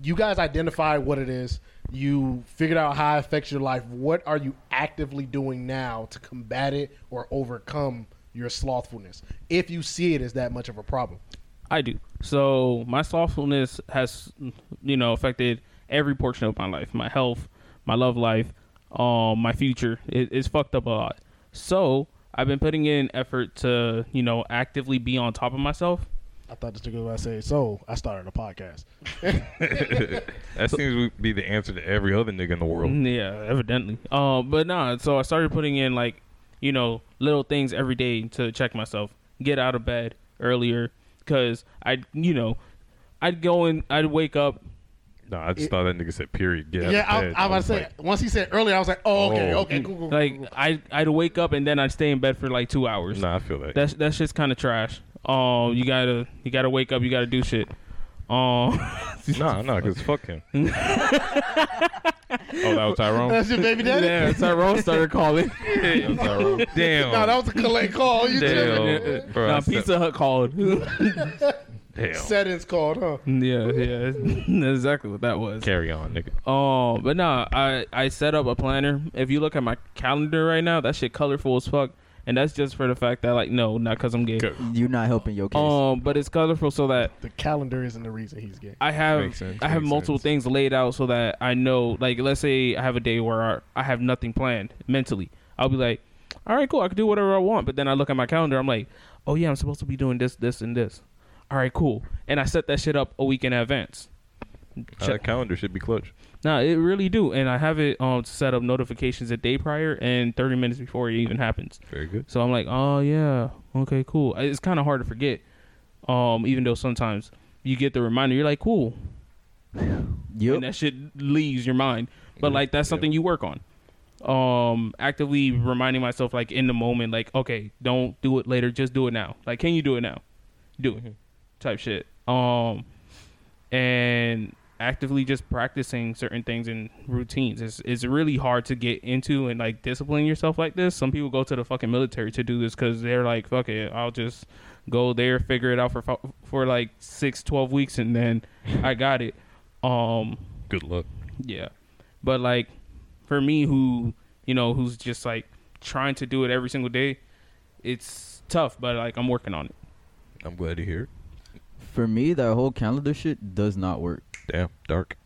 S1: you guys identified what it is. You figured out how it affects your life. What are you actively doing now to combat it or overcome your slothfulness? If you see it as that much of a problem.
S2: I do. So my slothfulness has, you know, affected every portion of my life, my health, my love life, um, my future. It, it's fucked up a lot. So I've been putting in effort to, you know, actively be on top of myself.
S1: I thought this was what I say. So I started a podcast.
S4: that seems to be the answer to every other nigga in the world.
S2: Mm, Yeah, evidently. Uh, but nah. So I started putting in like, you know, little things every day to check myself. Get out of bed earlier, cause I, you know, I'd go and I'd wake up. Mm-hmm.
S4: No, I just thought that nigga said period. Get out
S1: yeah,
S4: of
S1: I,
S4: bed.
S1: I, was
S4: was
S1: about to say.
S4: like,
S1: once he said earlier, I was like, oh, okay,
S4: Oh.
S1: okay, cool, cool, cool.
S2: Like I, I'd wake up and then I'd stay in bed for like two hours.
S4: Nah, I feel that.
S2: That's that's just kind of trash. Um, you gotta you gotta wake up. You gotta do shit. Um,
S4: nah, nah, because fuck him.
S5: Oh, that was Tyrone.
S1: that's your baby daddy.
S2: yeah, Tyrone started calling.
S5: that was Tyrone.
S4: Damn.
S1: No, that was a collect call. You
S4: Damn.
S1: tripping.
S4: Bro, I
S2: nah,
S4: said-
S2: Pizza Hut called.
S4: Damn.
S1: Settings called, huh?
S2: yeah, yeah, that's exactly what that was.
S4: Carry on, nigga.
S2: Oh, but nah, I I set up a planner. If you look at my calendar right now, that shit colorful as fuck, and that's just for the fact that like no, not cause I'm gay.
S5: Good.
S3: You're not helping your case.
S2: Um, but it's colorful so that
S1: The calendar isn't the reason he's gay.
S2: I have
S5: Makes sense,
S2: I have
S5: makes
S2: multiple
S5: sense.
S2: things laid out so that I know. Like, let's say I have a day where I, I have nothing planned mentally. I'll be like, all right, cool, I can do whatever I want. But then I look at my calendar. I'm like, oh yeah, I'm supposed to be doing this, this, and this. All right, cool. And I set that shit up a week in advance.
S4: Uh, that calendar should be clutch.
S2: No, it really do, and I have it um set up notifications a day prior and thirty minutes before it even happens.
S4: Very good.
S2: So I'm like, oh yeah, okay, cool. It's kind of hard to forget, um, even though sometimes you get the reminder, you're like, cool, and
S3: yep.
S2: that shit leaves your mind. But like that's something you work on. Um, actively reminding myself, like in the moment, like okay, don't do it later, just do it now. Like, can you do it now? Do it, type shit. Um, and actively just practicing certain things and routines. It's it's really hard to get into and like discipline yourself like this. Some people go to the fucking military to do this because they're like, fuck it, I'll just go there, figure it out for fu- for like six, 12 weeks, and then I got it. Um,
S4: Good luck.
S2: yeah, but like for me, who you know, who's just like trying to do it every single day, it's tough. But like I'm working on it.
S4: I'm glad to hear it.
S3: For me, that whole calendar shit does not work.
S4: Damn, dark.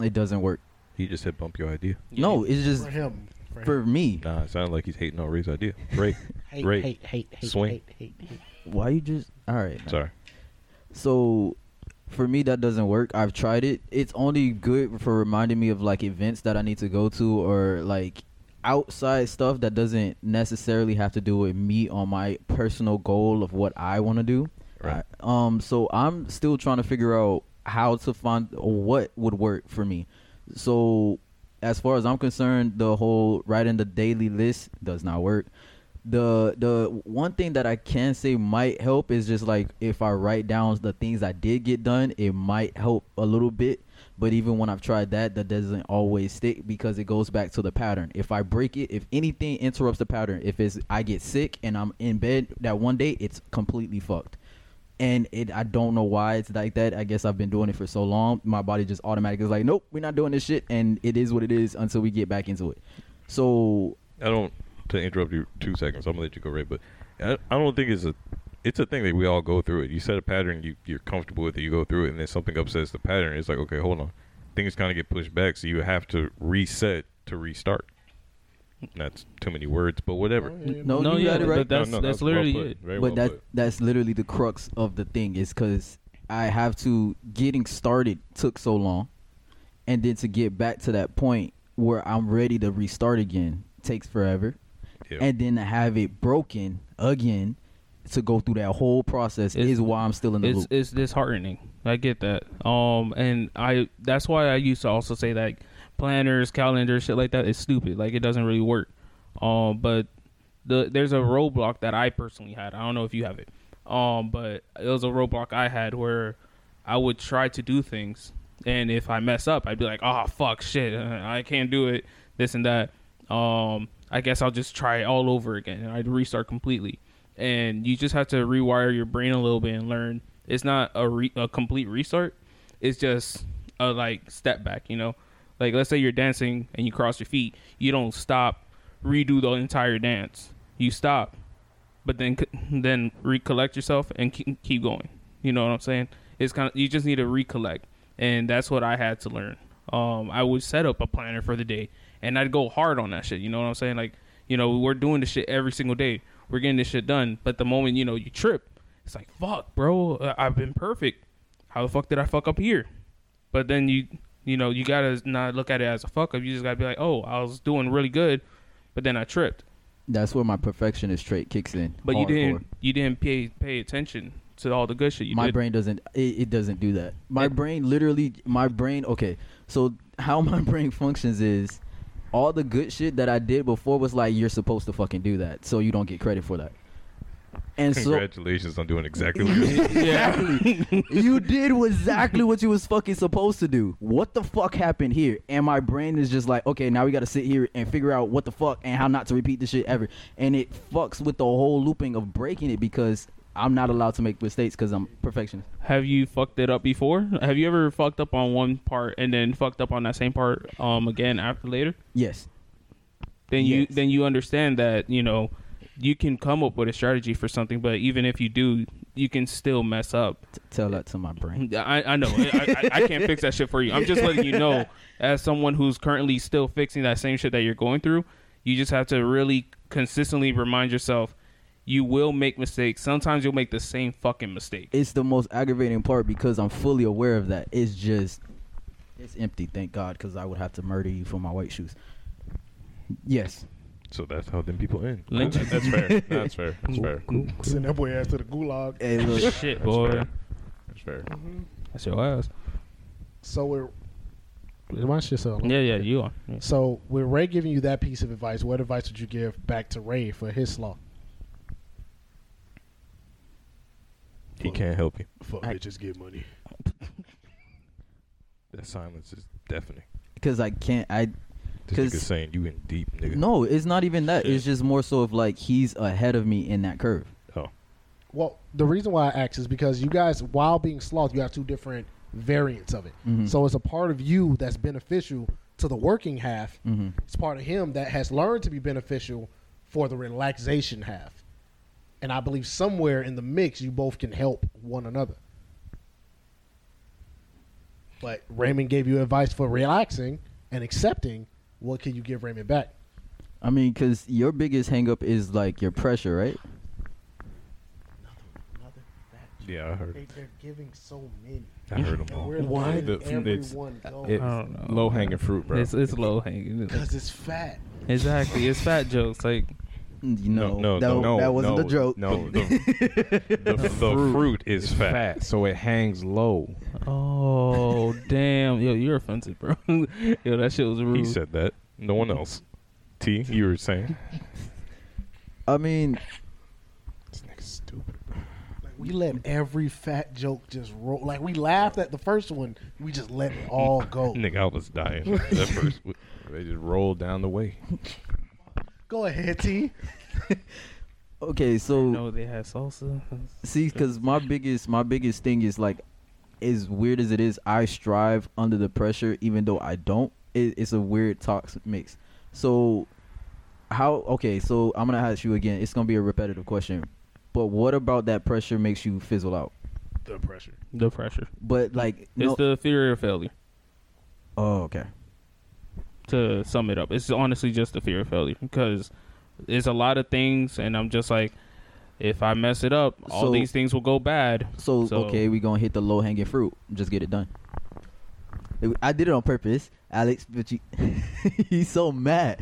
S3: It doesn't work.
S4: He just said bump your idea.
S3: No, it's just
S1: For him. For him.
S3: for me.
S4: Nah, it sounded like he's hating on Ray's idea. Ray. Ray.
S1: hate,
S4: Swing.
S1: hate, hate.
S3: Why you just all right? man.
S4: Sorry.
S3: So for me, that doesn't work. I've tried it. It's only good for reminding me of like events that I need to go to or like outside stuff that doesn't necessarily have to do with me on my personal goal of what I want to do.
S4: Right.
S3: I- um. So I'm still trying to figure out how to find what would work for me. So as far as I'm concerned, the whole writing the daily list does not work. The the one thing that I can say might help is just like if I write down the things I did get done, it might help a little bit. But even when I've tried that, that doesn't always stick because it goes back to the pattern. If I break it, if anything interrupts the pattern, if it's I get sick and I'm in bed that one day, it's completely fucked and it I don't know why it's like that. I guess I've been doing it for so long. My body just automatically is like, nope, we're not doing this shit, and it is what it is until we get back into it. So
S4: I don't to interrupt you two seconds. I'm gonna let you go, Ray. But I, I don't think it's a it's a thing that we all go through. It. You set a pattern, you you're comfortable with it, you go through it, and then something upsets the pattern. It's like okay, hold on, things kind of get pushed back, so you have to reset to restart. That's too many words, but whatever.
S3: no,
S2: no,
S3: you
S2: yeah,
S3: got it right.
S2: but that's
S5: No, no,
S2: that's
S5: that was well
S2: literally
S5: put.
S2: it.
S5: Very
S3: Oh, but
S5: well
S3: that that's literally the crux of the thing is because I have to getting started took so long, and then to get back to that point where I'm ready to restart again takes forever,
S4: Yeah.
S3: and then to have it broken again to go through that whole process
S2: It's-
S3: is why I'm still in the
S2: it's
S3: loop.
S2: it's disheartening. I get that. Um, and I that's why I used to also say like planners, calendars, shit like that is stupid. Like it doesn't really work. Um, but the there's a roadblock that I personally had. I don't know if you have it. Um, but it was a roadblock I had where I would try to do things, and if I mess up, I'd be like, "Oh fuck, shit, uh, I can't do it." This and that. Um, I guess I'll just try it all over again, and I'd restart completely. And you just have to rewire your brain a little bit and learn. It's not a re- a complete restart. It's just a like step back. You know, like let's say you're dancing and you cross your feet, you don't stop, redo the entire dance. You stop, but then c- then recollect yourself and keep, keep going. You know what I'm saying? It's kind of you just need to recollect, and that's what I had to learn. Um, I would set up a planner for the day, and I'd go hard on that shit. You know what I'm saying? Like, you know, we're doing this shit every single day. We're getting this shit done, but the moment you know you trip, it's like fuck, bro. I- I've been perfect. How the fuck did I fuck up here? But then you you know you gotta not look at it as a fuck up. You just gotta be like, oh, I was doing really good, but then I tripped.
S3: That's where my perfectionist trait kicks in.
S2: But you
S3: hardcore.
S2: didn't you didn't pay pay attention to all the good shit you
S3: my
S2: did.
S3: brain doesn't it, it doesn't do that my
S2: It-
S3: brain literally my brain okay so how my brain functions is all the good shit that i did before was like you're supposed to fucking do that so you don't get credit for that and so
S4: Congratulations on doing exactly what you
S3: exactly you did exactly what you was fucking supposed to do what the fuck happened here and my brain is just like okay now we gotta sit here and figure out what the fuck and how not to repeat this shit ever and it fucks with the whole looping of breaking it because i'm not allowed to make mistakes because i'm perfectionist
S2: Have you fucked it up before? Have you ever fucked up on one part and then fucked up on that same part um again after later?
S3: yes
S2: Then you
S3: Yes.
S2: then you understand that you know you can come up with a strategy for something, but even if you do, you can still mess up.
S3: Tell that to my brain.
S2: I, I know. I, I, I can't fix that shit for you. I'm just letting you know, as someone who's currently still fixing that same shit that you're going through, you just have to really consistently remind yourself you will make mistakes. Sometimes you'll make the same fucking mistake.
S3: It's the most aggravating part because I'm fully aware of that. It's just, it's empty. Thank God, because I would have to murder you for my white shoes. Yes.
S4: So that's how them people end.
S2: Lynch
S5: That- that's fair. That's fair. That's fair.
S1: Send that boy ass to the gulag.
S3: Hey, look.
S2: shit, boy.
S5: That's fair.
S2: That's your ass.
S1: So we're remind yourself.
S2: Yeah, yeah, you are. Yeah.
S1: So with Ray giving you that piece of advice, what advice would you give back to Ray for his sloth?
S4: He can't help you.
S1: Fuck
S3: I-
S1: bitches, get money.
S4: That silence is deafening.
S3: because I can't. I
S4: This
S3: 'Cause-
S4: nigga saying you in deep, nigga.
S3: no. It's not even that. It's just more so of like he's ahead of me in that curve.
S4: Oh.
S1: Well, the reason why I ask is because you guys, while being sloth, you have two different variants of it.
S3: Mhm.
S1: So it's a part of you that's beneficial to the working half.
S3: Mhm.
S1: It's part of him that has learned to be beneficial for the relaxation half. And I believe somewhere in the mix, you both can help one another. But Raymond gave you advice for relaxing and accepting. What can you give Raymond back?
S3: I mean, because your biggest hangup is like your pressure, right?
S4: Yeah, I heard.
S1: They're giving so many.
S4: I heard them all.
S5: Why? The- it's- It's
S3: Oh.
S2: don't know.
S5: low hanging fruit, bro.
S2: It's, it's low hanging.
S1: Because it's fat.
S2: Exactly. It's fat jokes. Like,
S3: Mm, You
S4: No,
S3: know,
S4: no,
S3: that,
S4: no,
S3: that wasn't
S5: no,
S3: a joke.
S5: No, the,
S4: The, the fruit, is fat.
S5: fat, so it hangs low.
S2: oh, damn. Yo, you're offensive, bro. Yo, that shit was rude.
S4: He said that. No one else. T, you were saying.
S3: I mean,
S5: This nigga's stupid.
S1: We let every fat joke just roll. Like we laughed at the first one, we just let it all go.
S4: Nigga, I was dying. That first. w-
S5: They just roll down the way.
S1: Go ahead, T.
S3: okay, so
S2: No, Oh, they had salsa.
S3: See, because my biggest my biggest thing is like, as weird as it is, I strive under the pressure, even though I don't. It, it's a weird toxic mix. So, how? Okay, so I'm gonna ask you again. It's gonna be a repetitive question, but what about that pressure makes you fizzle out?
S1: The pressure.
S2: The pressure.
S3: But like, no.
S2: It's the fear of failure.
S3: oh, okay.
S2: To sum it up, it's honestly just the fear of failure because it's a lot of things, and I'm just like, if I mess it up, all
S3: So-
S2: these things will go bad.
S3: So,
S2: So-
S3: okay, we gonna hit the low hanging fruit. Just get it done. It- I did it on purpose, Alex. But you, he's so mad.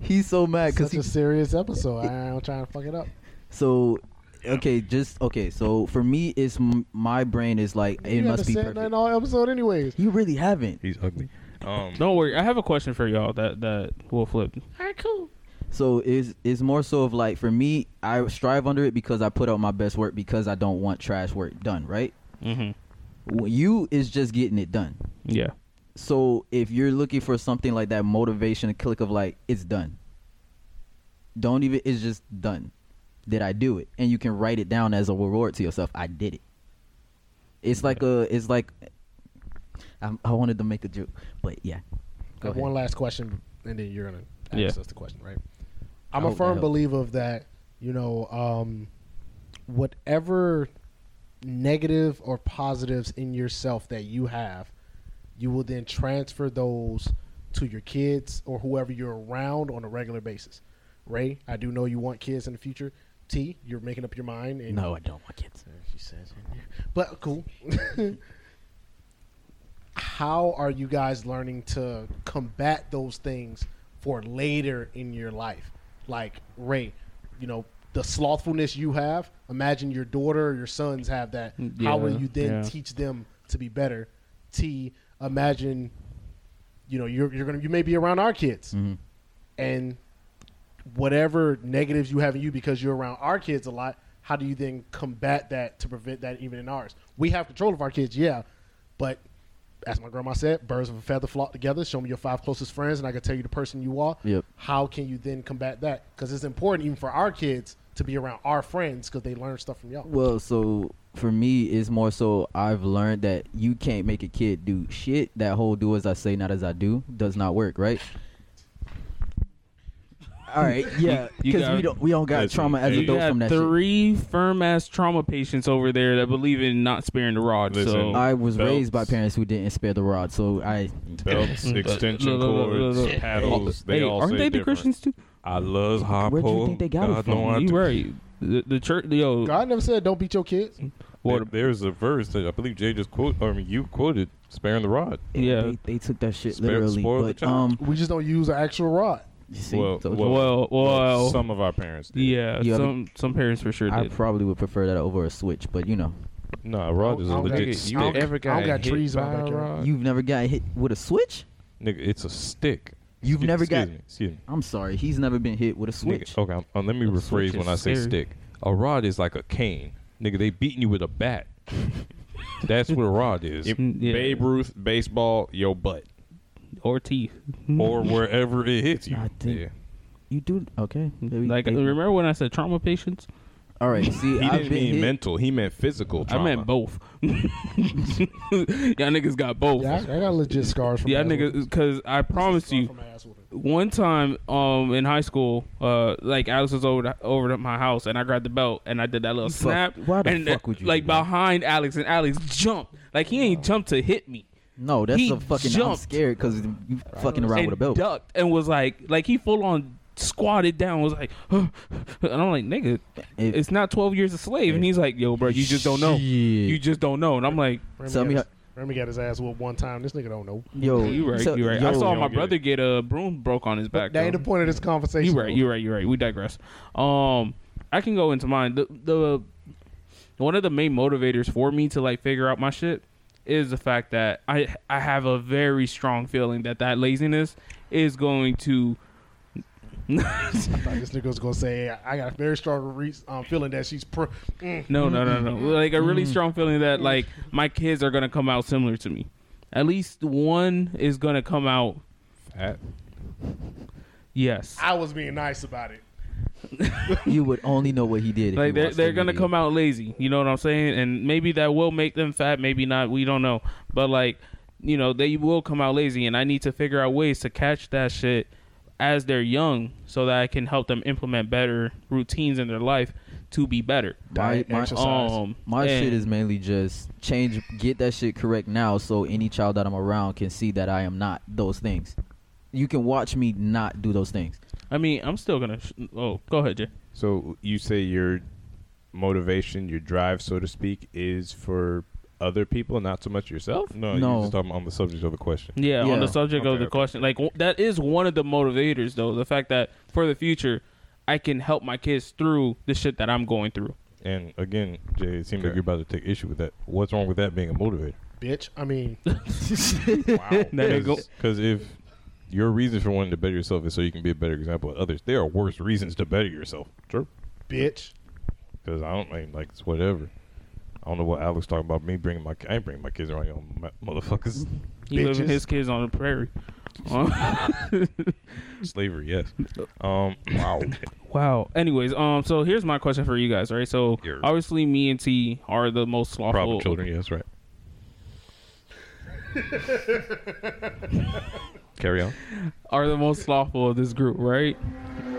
S3: He's so mad because
S1: Such
S3: he
S1: a serious episode. I'm trying to fuck it up.
S3: So, okay, just okay. So for me, it's m- my brain is like it
S1: you
S3: must be
S1: haven't said nothing
S3: perfect.
S1: all episode, anyways.
S3: You really haven't.
S4: He's ugly. Um,
S2: Don't worry, I have a question for y'all that that will flip.
S3: So it's it's more so of like for me, I strive under it because I put out my best work because I don't want trash work done. Right?
S2: Mm-hmm.
S3: W- You is just getting it done.
S2: Yeah.
S3: So if you're looking for something like that motivation, a click of like it's done. Don't even. It's just done. Did I do it? And you can write it down as a reward to yourself. I did it. It's like a. It's like. I'm, I wanted to make a joke, but yeah.
S1: I
S3: Go
S1: have
S3: ahead.
S1: one last question, and then you're gonna ask
S2: Yeah.
S1: us the question, right? I'm
S3: I
S1: a
S3: hope that
S1: firm
S3: helps.
S1: believer of that. You know, um, whatever negative or positives in yourself that you have, you will then transfer those to your kids or whoever you're around on a regular basis. Ray, I do know you want kids in the future. T, you're making up your mind. And
S3: No, I don't want kids.
S1: she says, but cool. How are you guys learning to combat those things for later in your life? Like Ray, you know, the slothfulness you have. Imagine your daughter or your sons have that. How will
S2: Yeah,
S1: you then
S2: yeah.
S1: teach them to be better? T, imagine, you know, you're you're gonna you may be around our kids,
S2: Mm-hmm.
S1: and whatever negatives you have in you because you're around our kids a lot, how do you then combat that to prevent that even in ours? We have control of our kids, yeah, but as my grandma said, birds of a feather flock together. Show me your five closest friends, and I can tell you the person you are.
S3: Yep.
S1: How can you then combat that? Because it's important even for our kids to be around our friends because they learn stuff from y'all.
S3: Well, so for me, it's more so I've learned that you can't make a kid do shit. That whole "do as I say, not as I do" does not work, right? All right, yeah,
S2: you
S3: because
S2: got-
S3: we don't we don't got
S4: Listen,
S3: trauma as
S2: You
S4: you
S3: adults from
S2: got
S3: that
S2: three firm ass trauma patients over there that believe in not sparing the rod. so
S4: Listen,
S3: shit. I was raised by
S4: belts.
S3: parents who didn't spare the rod, so I
S5: Belts, extension
S2: Look, look, look,
S5: cords,
S2: look, look.
S5: paddles. They
S2: hey,
S5: all
S2: aren't
S5: say
S2: they the
S5: different.
S2: Christians too?
S4: I love hot
S3: Where'd you think they got it from?
S4: I
S2: You
S4: do.
S2: right. The, the church, yo,
S1: God never said don't beat your kids.
S4: There- there's a verse that I believe Jay just quote. I mean, you quoted sparing the rod.
S2: Yeah.
S3: they, they took that shit
S4: Spare-
S3: literally.
S4: spoil the
S3: But
S4: child.
S3: um,
S1: We just don't use an actual rod.
S3: you see,
S5: Well,
S3: told you.
S5: well,
S2: well, well,
S5: Some of our parents. Did.
S2: yeah,
S3: Yeah, but-
S2: some some parents for sure
S3: I
S2: did.
S3: probably would prefer that over a switch, but you know,
S4: Nah, rod is a
S1: I don't
S4: legit
S1: think
S5: Nigga,
S4: stick.
S5: you ever got,
S1: I don't got
S5: hit
S1: trees in my
S5: by a
S1: backyard.
S5: rod?
S3: you've never got hit with a switch.
S4: Nigga, it's a stick.
S3: You've
S4: Excuse-
S3: never
S4: excuse
S3: got-
S4: Me, excuse me.
S3: I'm sorry, he's never been hit with a switch.
S4: Nigga, okay, I'm- uh, let me
S2: A
S4: rephrase
S2: switch
S4: when
S2: is
S4: I say
S2: scary.
S4: stick. A rod is like a cane. Nigga, they beating you with a bat. That's what a rod is.
S5: You-
S2: Yeah.
S5: Babe Ruth baseball, your butt,
S2: or teeth.
S4: or wherever it hits you.
S3: I think
S5: Yeah.
S3: you do okay. there we-
S2: like
S3: there-
S2: remember when I said trauma patients?
S3: All right, see,
S5: He
S3: I've
S5: didn't
S3: been
S5: mean
S3: hit.
S5: mental. He meant physical trauma.
S2: I meant both. y'all niggas got both.
S1: Yeah, I, I got legit scars from
S2: Yeah,
S1: ass whooping.
S2: niggas, because I promise
S1: Scar
S2: you,
S1: from ass whooping.
S2: one time um in high school, uh like Alex was over to, over to my house and I grabbed the belt and I did that little
S3: Fuck.
S2: snap.
S3: Why the
S2: and
S3: fuck would you
S2: like
S3: do that?
S2: behind Alex and Alex jumped. Like he ain't jumped to hit me.
S3: No, that's
S2: He
S3: a fucking. I'm
S2: jumped.
S3: scared because you fucking around
S2: and
S3: with a belt.
S2: ducked and was like like he full on squatted down was like and I'm like nigga
S3: It-
S2: it's not 12 years a slave and he's like yo bro you just don't know
S3: Shit.
S2: you just don't know and I'm like
S1: Remy
S3: Tell
S1: got
S3: me
S1: his- Remy got his ass whooped one time. This nigga don't know.
S3: yo,
S2: you right
S3: Oh, so-
S2: you right I
S3: yo,
S2: saw my
S5: don't get
S2: brother
S5: it.
S2: get a broom broke on his back
S1: That ain't
S2: though.
S1: the point of this conversation.
S2: You right, you right, you right. We digress. Um, I can go into mine. The the one of the main motivators for me to like figure out my shit is the fact that I I have a very strong feeling that that laziness is going to.
S1: I thought this nigga was gonna say I got a very strong re- um, feeling that she's pro- mm,
S2: No, no, no, no. Like a really strong feeling that like my kids are gonna come out similar to me. At least one is gonna come out.
S5: At-
S2: Yes.
S1: I was being nice about it.
S3: you would only know what he did. if you
S2: like they're
S3: watched
S2: they're
S3: the
S2: gonna
S3: video.
S2: come out lazy. You know what I'm saying? And maybe that will make them fat. Maybe not. We don't know. But like, you know, they will come out lazy, and I need to figure out ways to catch that shit as they're young, so that I can help them implement better routines in their life to be better.
S3: My,
S1: Diet,
S3: my,
S1: exercise.
S2: Um,
S3: my
S2: and-
S3: shit is mainly just change, get that shit correct now, so any child that I'm around can see that I am not those things. You can watch me not do those things.
S2: I mean, I'm still gonna. Sh- oh, go ahead, Jay.
S5: so you say your motivation, your drive, so to speak, is for other people, not so much yourself.
S4: No,
S3: No.
S4: you just talking on the subject of the question.
S2: Yeah,
S3: Yeah.
S2: on the subject of
S5: Okay,
S2: the
S5: okay.
S2: question, like w- that is one of the motivators, though. The fact that for the future, I can help my kids through the shit that I'm going through.
S4: And again, Jay, it seems
S5: Okay.
S4: like you're about to take issue with that. What's wrong with that being a motivator?
S1: bitch. I mean,
S5: Wow.
S2: There you go.
S4: Because if your reason for wanting to better yourself is so you can be a better example of others, there are worse reasons to better yourself. True.
S1: bitch.
S4: Because I don't mean like it's whatever. I don't know what Alex talking about. Me bringing my I ain't bringing my kids around y'all ma- motherfuckers.
S2: He living
S1: Bitches.
S2: his kids on the prairie. Uh,
S4: Slavery, yes. Um, wow.
S2: wow. Anyways, um, so here's my question for you guys, right? So
S4: Here.
S2: obviously, me and T are the most slothful
S4: Problem children, yes, right. Carry on.
S2: are the most slothful of this group, right?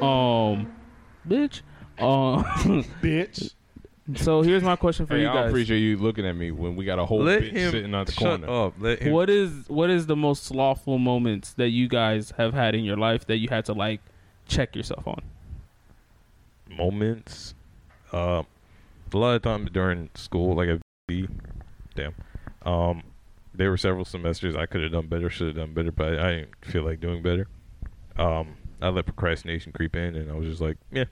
S2: Um, bitch. Um,
S1: Bitch.
S2: so here's my question for
S5: Hey,
S2: you
S5: I
S2: guys.
S5: appreciate you looking at me when we got a whole bitch sitting on the
S4: shut
S5: corner.
S4: up. Let him.
S2: What is what is the most slothful moments that you guys have had in your life that you had to like check yourself on?
S4: moments. Uh, a lot of times during school, like at B, damn. Um, there were several semesters I could have done better, should have done better, but I didn't feel like doing better. Um, I let procrastination creep in, and I was just like, yeah,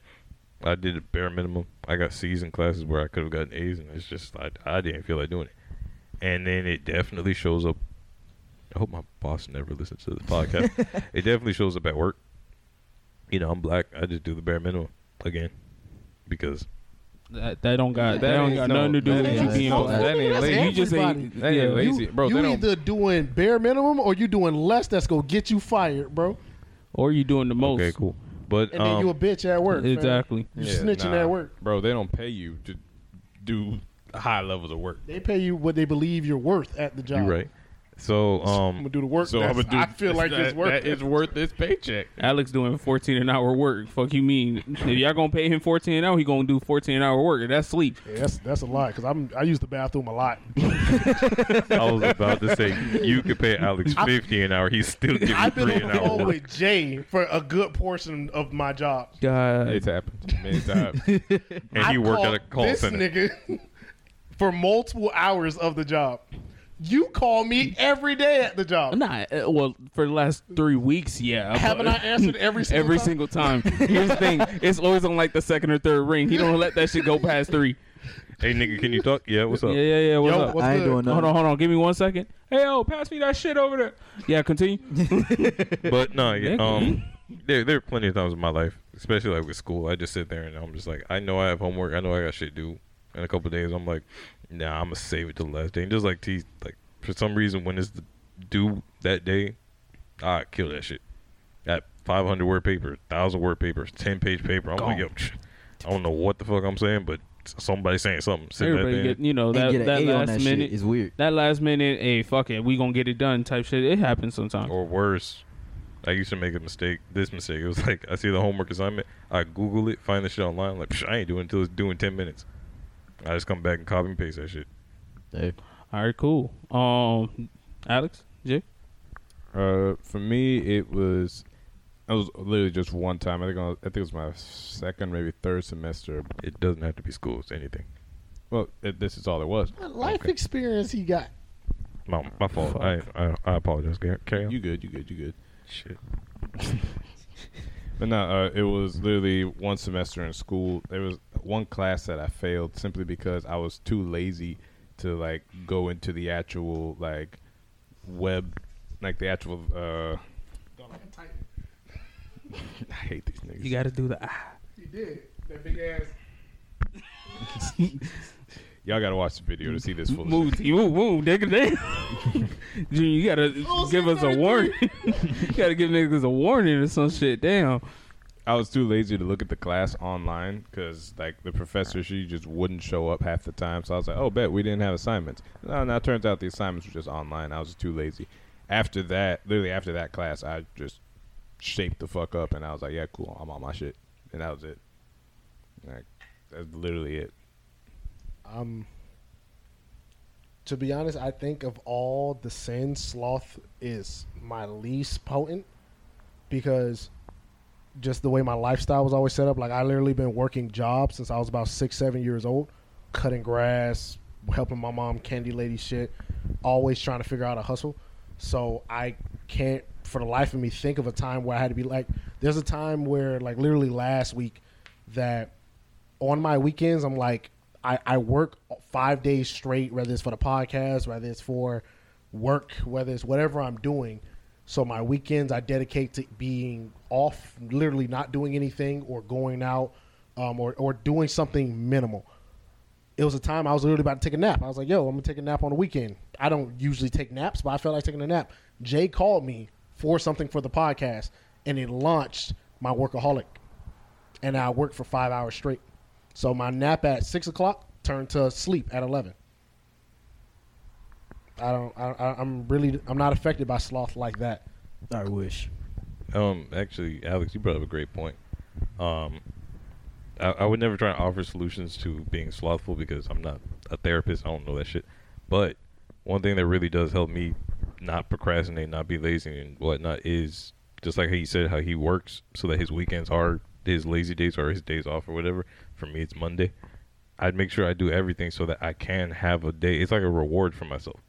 S4: I did the bare minimum. I got C's in classes where I could have gotten A's, and it's just I, I didn't feel like doing it. And then it definitely shows up. I hope my boss never listens to this podcast. it definitely shows up at work. You know, I'm black. I just do the bare minimum again because
S2: That, that don't got that, don't
S5: ain't-
S2: got
S5: no,
S2: nothing to do
S5: that
S2: with
S5: ain't-
S2: you being.
S5: no,
S2: black.
S5: that ain't
S1: That's
S5: lazy.
S2: You just ain't.
S5: That ain't
S2: yeah.
S5: lazy.
S1: You,
S5: Bro, they
S1: you
S5: don't-
S1: either doing bare minimum or you doing less that's gonna get you fired, bro.
S2: Or you doing the most.
S4: okay, cool. But
S1: And then
S4: um,
S1: you a bitch at work. fam.
S2: Exactly.
S1: You
S5: Yeah,
S1: snitching
S5: nah.
S1: at work.
S5: Bro, they don't pay you to do high levels of work.
S1: They pay you what they believe you're worth at the job.
S4: you right. So
S1: I'm gonna
S4: um,
S1: do the work.
S5: So
S1: So i
S5: I'm gonna do.
S1: I feel like
S5: that,
S1: it's worth
S5: that
S1: it.
S5: is worth this paycheck.
S2: Alex doing 14 an hour work. Fuck you mean? if y'all gonna pay him 14 an hour, he gonna do 14 an hour work. That's sleep.
S1: Yeah, that's that's a lot because I'm I use the bathroom a lot.
S4: I was about to say you could pay Alex fifty an hour. He's still giving
S1: I've been
S4: three
S1: on
S4: an
S1: the
S4: hour.
S1: phone
S4: work.
S1: with Jay for a good portion of my job.
S2: God.
S5: It's happened many times.
S4: and
S1: I
S4: he worked at
S1: called
S4: a call
S1: this
S4: center.
S1: nigga for multiple hours of the job. You call me every day at the job.
S2: Nah, uh, well, for the last three weeks, yeah. but-
S1: Haven't I answered every single
S2: every
S1: time?
S2: single time? Here's the thing: it's always on like the second or third ring. He don't let that shit go past three.
S4: Hey nigga, can you talk? Yeah, what's
S2: Yeah,
S4: up?
S2: yeah, yeah. What's
S1: Yo,
S2: up? Uh,
S1: what's
S3: I ain't
S1: good?
S3: doing nothing.
S2: Hold on, hold on. Give me one second. Hey, yo, pass me that shit over there. Yeah, continue.
S4: But no, yeah,
S2: Nigga.
S4: um, there there are plenty of times in my life, especially like with school. I just sit there and I'm just like, I know I have homework. I know I got shit to do. In a couple of days, I'm like, nah, I'm gonna save it till the last day. And just like T, like for some reason, when it's the due that day, I kill that shit. That 500 word paper, thousand word papers, 10 page paper. I'm like,
S2: Gone.
S4: yo, psh, I don't know what the fuck I'm saying, but somebody saying something. Sit that
S2: Everybody
S4: thing.
S2: get you know
S3: and
S2: that
S3: get an
S2: that
S3: A
S2: last
S3: on that
S2: minute.
S3: shit is weird.
S2: that last minute, hey, fuck it, we gonna get it done type shit. It happens sometimes.
S3: Oh.
S4: or worse. I used to make a mistake. This mistake. It was like I see the homework assignment. I Google it, find the shit online. Like Psh, I ain't doing it until it's due in ten minutes. I just come back and copy and paste that shit.
S3: Hey.
S2: All right, cool. Um, Alex, Jay,
S5: Uh, for me, it was. It was literally just one time. I think I, was, I think it was my second, maybe third semester.
S4: It doesn't have to be school. It's anything.
S5: Well, it, this is all it was.
S1: What life experience he got?
S4: My, my fault. I, I I apologize. Gar- Carry on.
S5: You good? You good? You good?
S4: shit.
S5: But no, uh, it was literally one semester in school. There was one class that I failed simply because I was too lazy to like go into the actual like web, like the actual. uh I hate these niggas.
S2: you got to do the. ah.
S1: He did that big ass.
S5: Y'all gotta watch the video to see this fool.
S2: Move, T, move, move, nigga. damn. Junior, you gotta
S1: Oh,
S2: give us a
S1: 633.
S2: warning. you gotta give niggas a warning or some shit. Damn.
S5: I was too lazy to look at the class online because like the professor, she just wouldn't show up half the time. So I was like, oh, bet we didn't have assignments. No, now it turns out the assignments were just online. I was just too lazy. After that, literally after that class, I just shaped the fuck up and I was like, yeah, cool, I'm on my shit, and that was it. Like that's literally it.
S1: Um, to be honest, I think of all the sins, sloth is my least potent because just the way my lifestyle was always set up. Like I literally been working jobs since I was about six, seven years old, cutting grass, helping my mom, candy lady shit, always trying to figure out a hustle. So I can't, for the life of me, think of a time where I had to be like. There's a time where, like, literally last week, that on my weekends, I'm like, I, I work five days straight, whether it's for the podcast, whether it's for work, whether it's whatever I'm doing. So my weekends I dedicate to being off, literally not doing anything or going out um, or, or doing something minimal. It was a time I was literally about to take a nap. I was like, yo, I'm going to take a nap on the weekend. I don't usually take naps, but I felt like taking a nap. Jay called me for something for the podcast, and it launched my workaholic. And I worked for five hours straight. So my nap at six o'clock turned to sleep at 11. I don't. I, I, I'm really. I'm not affected by sloth like that.
S3: I wish.
S4: Um, actually, Alex, you brought up a great point. Um, I, I would never try and offer solutions to being slothful because I'm not a therapist. I don't know that shit. But one thing that really does help me not procrastinate, not be lazy, and whatnot is just like how you said, how he works so that his weekends are his lazy days or his days off or whatever. For me, it's Monday. I'd make sure I do everything so that I can have a day. It's like a reward for myself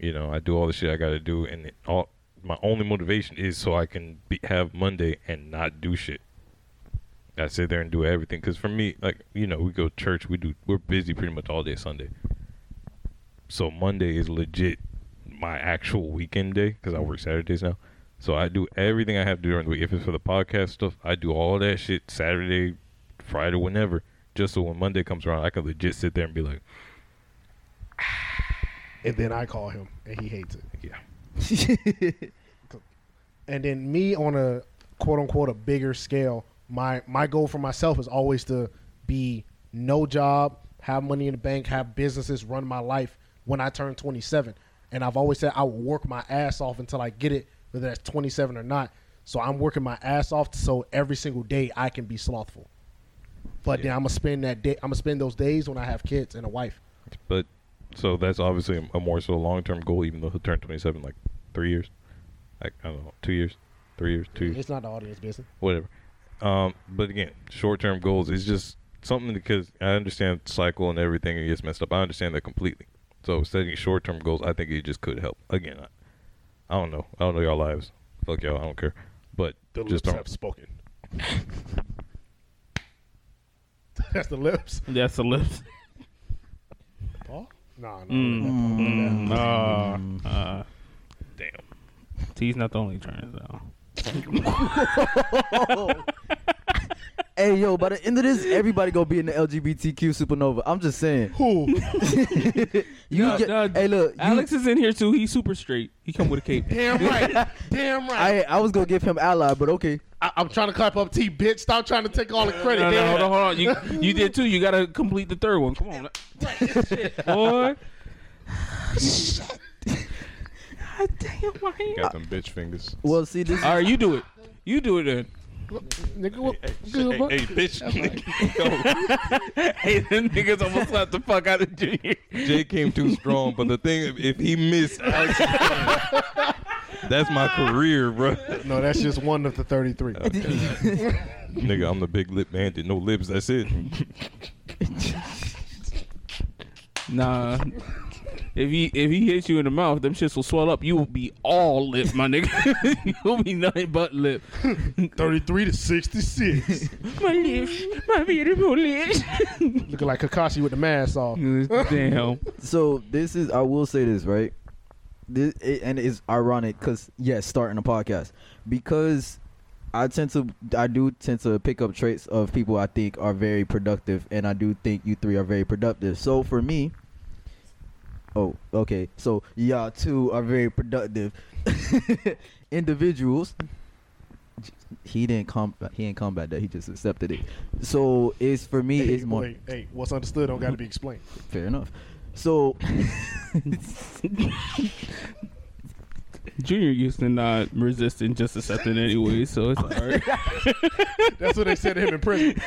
S4: you know, I do all the shit I got to do, and it all my only motivation is so I can be, have Monday and not do shit. I sit there and do everything because for me, like you know, we go to church, we do, we're busy pretty much all day Sunday. So Monday is legit my actual weekend day because I work Saturdays now. So I do everything I have to do during the week. If it's for the podcast stuff, I do all that shit Saturday, Friday, whenever, just so when Monday comes around, I can legit sit there and be like,
S1: And then I call him, and he hates it.
S4: yeah,
S1: And then me on a quote unquote a bigger scale, my my goal for myself is always to be no job, have money in the bank, have businesses, run my life when I turn 27. And I've always said I will work my ass off until I get it, whether that's 27 or not. So I'm working my ass off so every single day I can be slothful. But then I'm gonna spend that day. I'm gonna spend those days when I have kids and a wife.
S4: But so that's obviously a- a more so long term goal, even though he'll turn 27 like three years, like I don't know, two years, three years, two years,
S1: It's not the audience business.
S4: whatever. Um, but again, short term goals is just something because I understand cycle and everything and it gets messed up. I understand that completely. So setting short term goals, I think it just could help. Again, I, I don't know. I don't know y'all lives. Fuck y'all. I don't care. But
S1: The
S4: just
S1: lips
S4: don't.
S1: have spoken. That's the lips.
S2: That's a lift.
S1: Paul? No, no.
S2: Mm. Uh, uh,
S4: Damn.
S2: T's not the only trans though.
S3: Hey yo, by the end of this, everybody gonna be in the LGBTQ supernova. I'm just saying.
S1: Who?
S3: You
S2: No,
S3: get,
S2: no,
S3: hey look, you-
S2: Alex is in here too. He's super straight. He come with a cape.
S1: Damn right. Damn right.
S3: I I was gonna give him ally, but okay.
S1: I, am trying to clap up T, bitch. Stop trying to take all the credit.
S2: No, no,
S1: Damn.
S2: hold on, hold on. You, you did too. You gotta complete the third one. Come on, Shit, boy. God damn, my hand.
S5: Got them bitch fingers.
S3: Well, see this.
S2: All right, you do it. You do it then.
S1: Nigga, what?
S4: Hey, hey, bitch.
S2: Hey, them niggas almost slapped the fuck out of Junior.
S4: Jay came too strong, but the thing if- if he missed Alex, that's my career, bro.
S1: No, that's just one of the 33.
S4: Nigga, I'm the big lip bandit. No lips, that's it.
S2: Nah. If he if he hits you in the mouth, them shits will swell up. You will be all lip, my nigga. You'll be nothing but lip.
S1: 33 to 66.
S2: My lips, my beautiful lips.
S1: Looking like Kakashi with the mask off.
S2: Damn.
S3: So this is I will say this right, this it, and it's ironic because yes, starting a podcast because I tend to I do tend to pick up traits of people I think are very productive, and I do think you three are very productive. So for me, oh okay, so y'all two are very productive individuals. He didn't come. He didn't combat that. He just accepted it. So it's for me.
S1: Hey,
S3: it's more
S1: wait, hey, what's understood don't got to be explained.
S3: fair enough. So
S2: Junior used to not resisting, just accepting anyway, so it's alright.
S1: That's what they said to him in prison.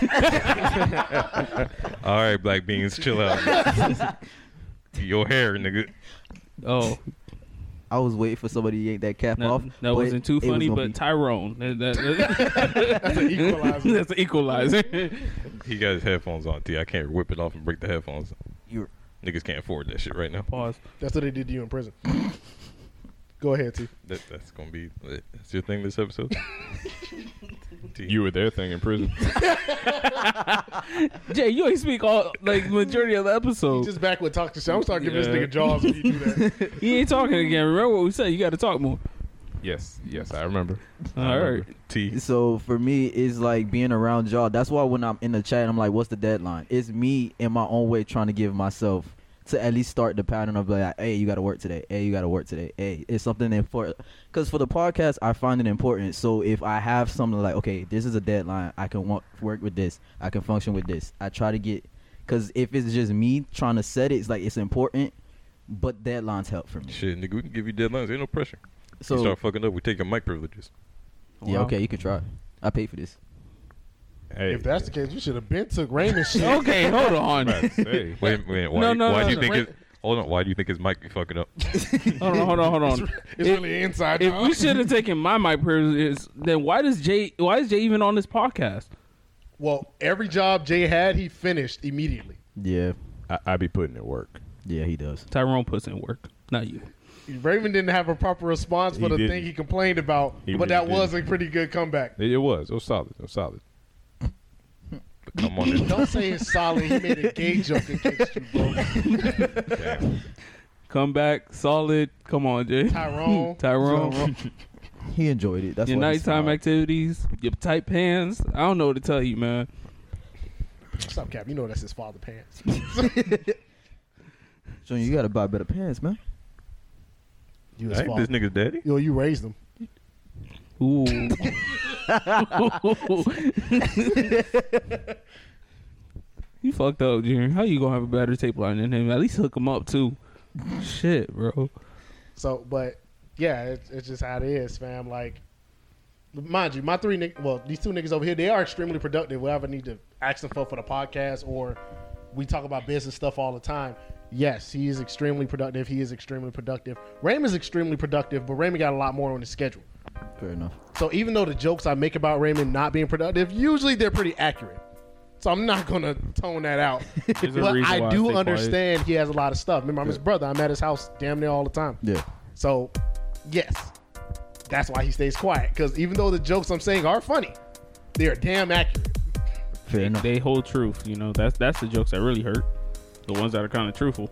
S4: All right, black beans, chill out. Your hair, nigga.
S2: Oh,
S3: I was waiting for somebody to yank that cap
S2: no,
S3: off.
S2: that
S3: but
S2: wasn't too
S3: it was
S2: funny,
S3: gonna
S2: but
S3: be-
S2: Tyrone. That, that-
S1: That's an equalizer.
S2: that's an equalizer.
S4: He got his headphones on, T. I can't whip it off and break the headphones.
S3: You're-
S4: Niggas can't afford that shit right now.
S2: Pause.
S1: That's what they did to you in prison. Go ahead, T.
S4: That, that's gonna be that's your thing this episode.
S5: You were their thing in prison.
S2: Jay, you ain't speak all like majority of the episode.
S1: Just back with toxic shit. I'm gonna start giving this nigga jaws if you do that.
S2: He ain't talking again. Remember what we said? You got to talk more.
S5: yes, yes, I remember.
S2: All right.
S4: T.
S3: So for me, it's like being around y'all. That's why when I'm in the chat, I'm like, "What's the deadline?" It's me in my own way trying to give myself to at least start the pattern of like, "Hey, you got to work today. Hey, you got to work today. Hey, it's something important." Because for the podcast, I find it important. So if I have something like, "Okay, this is a deadline. I can wa- work with this. I can function with this." I try to get because if it's just me trying to set it, it's like it's important, but deadlines help for me.
S4: Shit, nigga, we can give you deadlines. Ain't no pressure.
S3: So
S4: you start fucking up, we take your mic privileges.
S3: yeah, okay, you can try. I paid for this.
S5: Hey,
S1: If that's the case, you should have been took Raymond shit.
S2: Okay, hold on.
S5: Right, hey.
S4: Wait, wait. Why,
S2: No,
S4: you-
S2: no,
S4: why
S2: no,
S4: do you
S2: no.
S4: think it? Hold on. Why do you think his mic be fucking up?
S2: Hold on, hold on, hold
S1: It's,
S2: on.
S1: it's
S2: If-
S1: really inside.
S2: If
S1: job.
S2: we should have taken my mic privileges, then why does Jay? Why is Jay even on this podcast?
S1: well, every job Jay had, he finished immediately.
S3: Yeah,
S5: I, I be putting in work.
S3: yeah, he does.
S2: Tyrone puts in work, not you.
S1: Raymond didn't have a proper response for
S5: He
S1: the
S5: didn't.
S1: thing he complained about,
S5: He
S1: but
S5: really
S1: that
S5: didn't.
S1: was a pretty good comeback.
S5: It, it was. It was solid. It was solid.
S4: Come on, in.
S1: Don't say it's solid. He made a gay joke against you, bro.
S2: Come back, solid. Come on, Jay.
S1: Tyrone.
S2: Tyrone.
S3: He enjoyed it. That's
S2: your
S3: why he
S2: nighttime
S3: smiled.
S2: activities, your tight pants. I don't know what to tell you, man.
S1: What's up, Cap? You know that's his father pants.
S3: Junior, you gotta buy better pants, man.
S1: You his
S4: I ain't this
S1: father.
S4: nigga's daddy.
S1: Yo, you raised him.
S2: Ooh. you fucked up, Junior. How you gonna have a better tape line than him? At least hook him up too. Shit, bro.
S1: So, but yeah, it's, it's just how it is, fam. Like, mind you, my three niggas, well, these two niggas over here, they are extremely productive. Whatever I need to ask them for for the podcast, or we talk about business stuff all the time. Yes, he is extremely productive. He is extremely productive. Raymond's extremely productive, but Raymond got a lot more on his schedule.
S3: Fair enough.
S1: So even though the jokes I make about Raymond not being productive, usually they're pretty accurate. So I'm not gonna tone that out.
S5: a
S1: but
S5: reason why
S1: I
S5: I
S1: do
S5: stay
S1: understand he has a lot of stuff. Remember, I'm his brother. I'm at his house damn near all the time.
S3: Yeah.
S1: So, yes, that's why he stays quiet. Because even though the jokes I'm saying are funny, they are damn accurate.
S3: Fair enough.
S2: They hold truth, you know. That's that's the jokes that really hurt. The ones that are kind of truthful,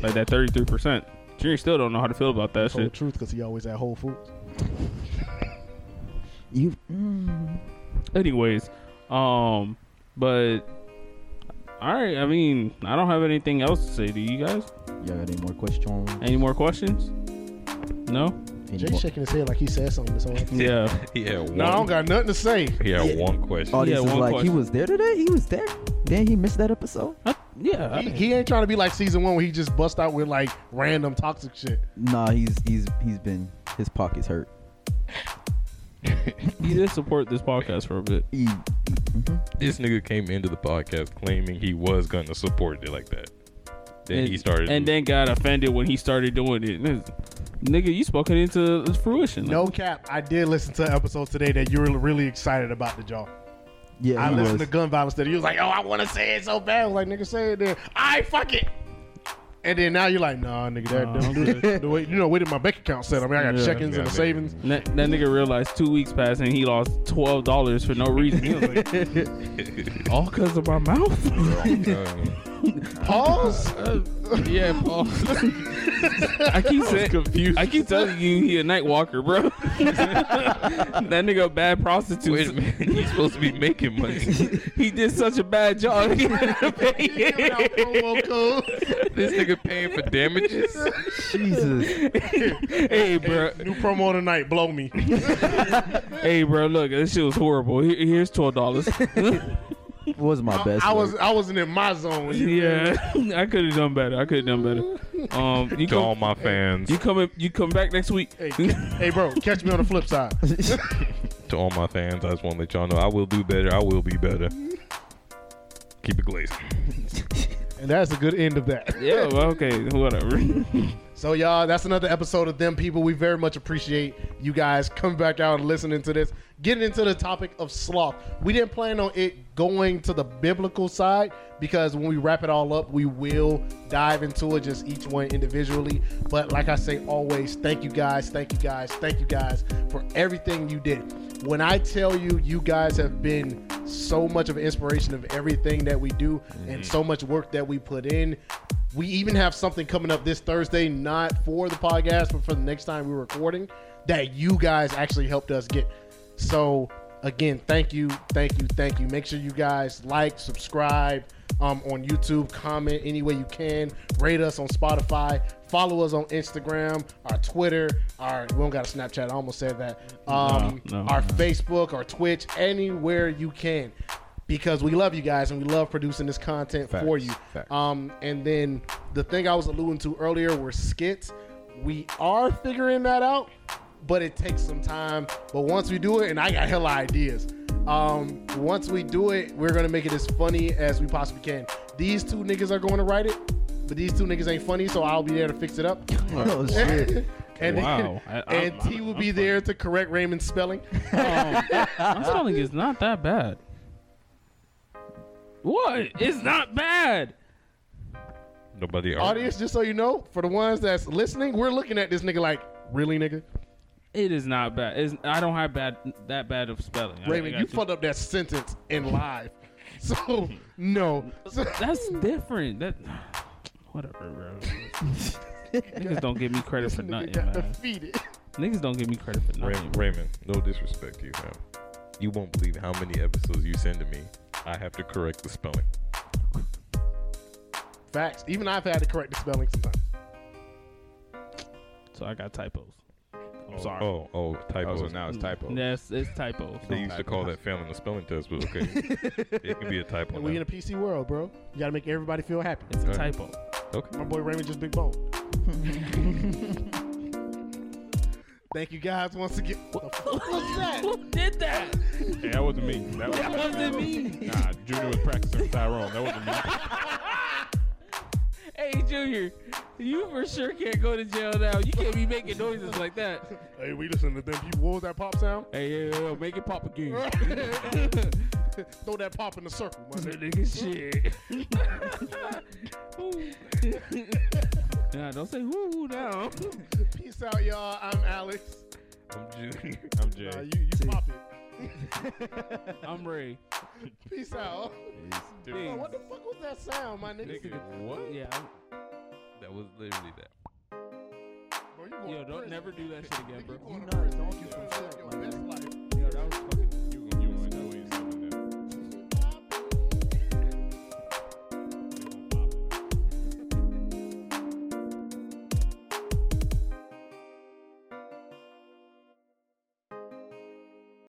S2: like that thirty three percent. Junior still don't know how to feel about that
S1: Told the
S2: shit.
S1: truth because he always at Whole Foods.
S3: you mm,
S2: Anyways, um, but all right. I mean, I don't have anything else to say. Do you guys?
S3: y'all got any more questions?
S2: Any more questions? No.
S3: Any
S1: Jay's
S3: more-
S1: shaking his head like he said something this whole episode.
S2: Yeah.
S4: He had one.
S1: No, I don't got nothing to say.
S4: He had one question.
S3: Oh, this
S2: Yeah,
S3: is
S2: one
S3: like
S2: question.
S3: he was there today. He was there. Then he missed that episode.
S2: I- yeah.
S1: He,
S2: I-
S1: he ain't trying to be like season one where he just bust out with like random toxic shit.
S3: Nah, he's he's he's been his pockets hurt.
S2: He did support this podcast for a bit.
S3: He, mm-hmm.
S4: This nigga came into the podcast claiming he was gonna support it like that. Then
S2: and,
S4: he started.
S2: And then got offended when he started doing it. Nigga, nigga, you spoke it into fruition.
S1: No cap, I did listen to an episode today that you were really excited about the jaw.
S3: yeah,
S1: I
S3: he
S1: listened
S3: was.
S1: to gun violence today. You was like, "Oh, I want to say it so bad." I was like, "Nigga, say it then." I fuck it. And then now you're like, "Nah, nigga, that,
S2: Nah, I'm
S1: that- the way you know, where did my bank account set? I mean, I got
S2: Yeah.
S1: check-ins
S4: Yeah,
S1: and
S4: I
S1: the
S4: mean-
S1: savings.
S2: That, that nigga realized two weeks passed and he lost twelve dollars for no reason. He was like, All because of my mouth.
S4: then
S1: Pause.
S2: yeah, Paul. I keep saying, I keep telling you, he a night walker, bro. that nigga a bad prostitute.
S4: wait a minute, you supposed to be making money. this
S2: He did such a bad job. He didn't
S1: Giving out
S2: pay.
S1: promo code.
S4: nigga paying for damages.
S3: Jesus.
S2: hey, bro.
S1: New promo tonight. Blow me.
S2: Hey, bro. Look, this shit was horrible. Here- Here's twelve dollars.
S3: was my best.
S1: I was
S3: work.
S1: I wasn't in my zone. You
S2: yeah, I could have done better. I could have done better. Um, you
S4: to all
S2: come,
S4: my fans,
S2: you come, you come back next week.
S1: Hey, hey, bro, catch me on the flip side.
S4: to all my fans, I just want to let y'all know I will do better. I will be better. Keep it glazed.
S1: And that's a good end of that.
S2: yeah. Well, okay. Whatever.
S1: So y'all, that's another episode of them people. We very much appreciate you guys coming back out and listening to this. Getting into the topic of sloth. We didn't plan on it going to the biblical side because when we wrap it all up, we will dive into it just each one individually. But like I say always, thank you guys, thank you guys, thank you guys for everything you did. When I tell you, you guys have been so much of an inspiration of everything that we do
S2: Mm-hmm.
S1: and so much work that we put in. We even have something coming up this Thursday, not for the podcast, but for the next time we're recording, that you guys actually helped us get. So, again, thank you, thank you, thank you. Make sure you guys like, subscribe um, on YouTube, comment any way you can, rate us on Spotify, follow us on Instagram, our Twitter, our we don't got a Snapchat. I almost said that. Um,
S2: No, no,
S1: our
S2: no.
S1: Facebook, our Twitch, anywhere you can, because we love you guys and we love producing this content
S5: Facts,
S1: for you.
S5: facts.
S1: Um, and then the thing I was alluding to earlier were skits. We are figuring that out, but it takes some time. But once we do it, and I got hella ideas. Um, once we do it, we're gonna make it as funny as we possibly can. These two niggas are going to write it, but these two niggas ain't funny, so I'll be there to fix it up.
S3: Oh, shit.
S1: and
S2: Wow. I- I'm-
S1: and T will
S2: I'm
S1: be
S2: fine.
S1: there to correct Raymond's spelling.
S2: My spelling is not that bad. What? It's not bad.
S4: Nobody.
S1: Audience, just so you know, for the ones that's listening, we're looking at this nigga like, really, nigga?
S2: It is not bad. It's, I don't have bad that bad of spelling. I- I
S1: Raymond,
S2: got
S1: you fucked up that sentence in live. So, no. So-
S2: That's different. That whatever, bro. Niggas don't give me credit for
S1: Nigga
S2: nothing,
S1: got
S2: man.
S1: defeated.
S2: Niggas don't give me credit for
S4: Ray-
S2: nothing.
S4: Raymond, no disrespect to you, fam. You won't believe how many episodes you send to me. I have to correct the spelling.
S1: Facts. Even I've had to correct the spelling sometimes.
S2: So I got typos. I'm
S4: Oh,
S2: sorry. Mm.
S4: Oh, oh,
S5: Oh,
S4: typos.
S5: so now it's typo.
S2: Yes, it's typos.
S4: They used to call that failing the spelling test, but okay, it can be a typo.
S1: And we
S4: now.
S1: in a PC world, bro. You gotta make everybody feel happy.
S2: It's a
S4: Alright.
S2: typo.
S4: okay.
S1: My boy Raymond just big bone. Thank you guys once again. What the fuck was that?
S2: Who did that?
S5: Hey, that wasn't me. That
S2: That
S5: was
S2: wasn't me.
S5: Nah, Junior was practicing with Tyrone. That wasn't me.
S2: Hey Junior, you for sure can't go to jail now. You can't be making noises like that.
S1: Hey, we listen to them people. What was that pop sound?
S2: Hey, yo, yo, yo, make it pop again.
S1: Throw that pop in the circle, my nigga.
S2: Nigga, shit. nah, don't say woo woo now.
S1: Peace out, y'all. I'm Alex.
S4: I'm junior.
S5: I'm
S1: Nah,
S5: Jay.
S1: you you pop it.
S2: I'm Ray.
S1: Peace out.
S2: Hey,
S1: Yo, what the fuck was that sound, my nigga?
S4: Nigga, what?
S2: Yeah, I'm-
S4: That was literally that.
S1: Bro, you going
S2: yo,
S1: to
S2: don't
S1: prison.
S2: never do that shit again,
S1: Nigga,
S2: bro.
S1: You going
S3: You
S1: to
S3: know,
S1: prison.
S3: don't
S1: You
S3: you
S1: gonna
S3: forget,
S1: live your
S3: my
S1: best life.
S2: Yo, that was fucking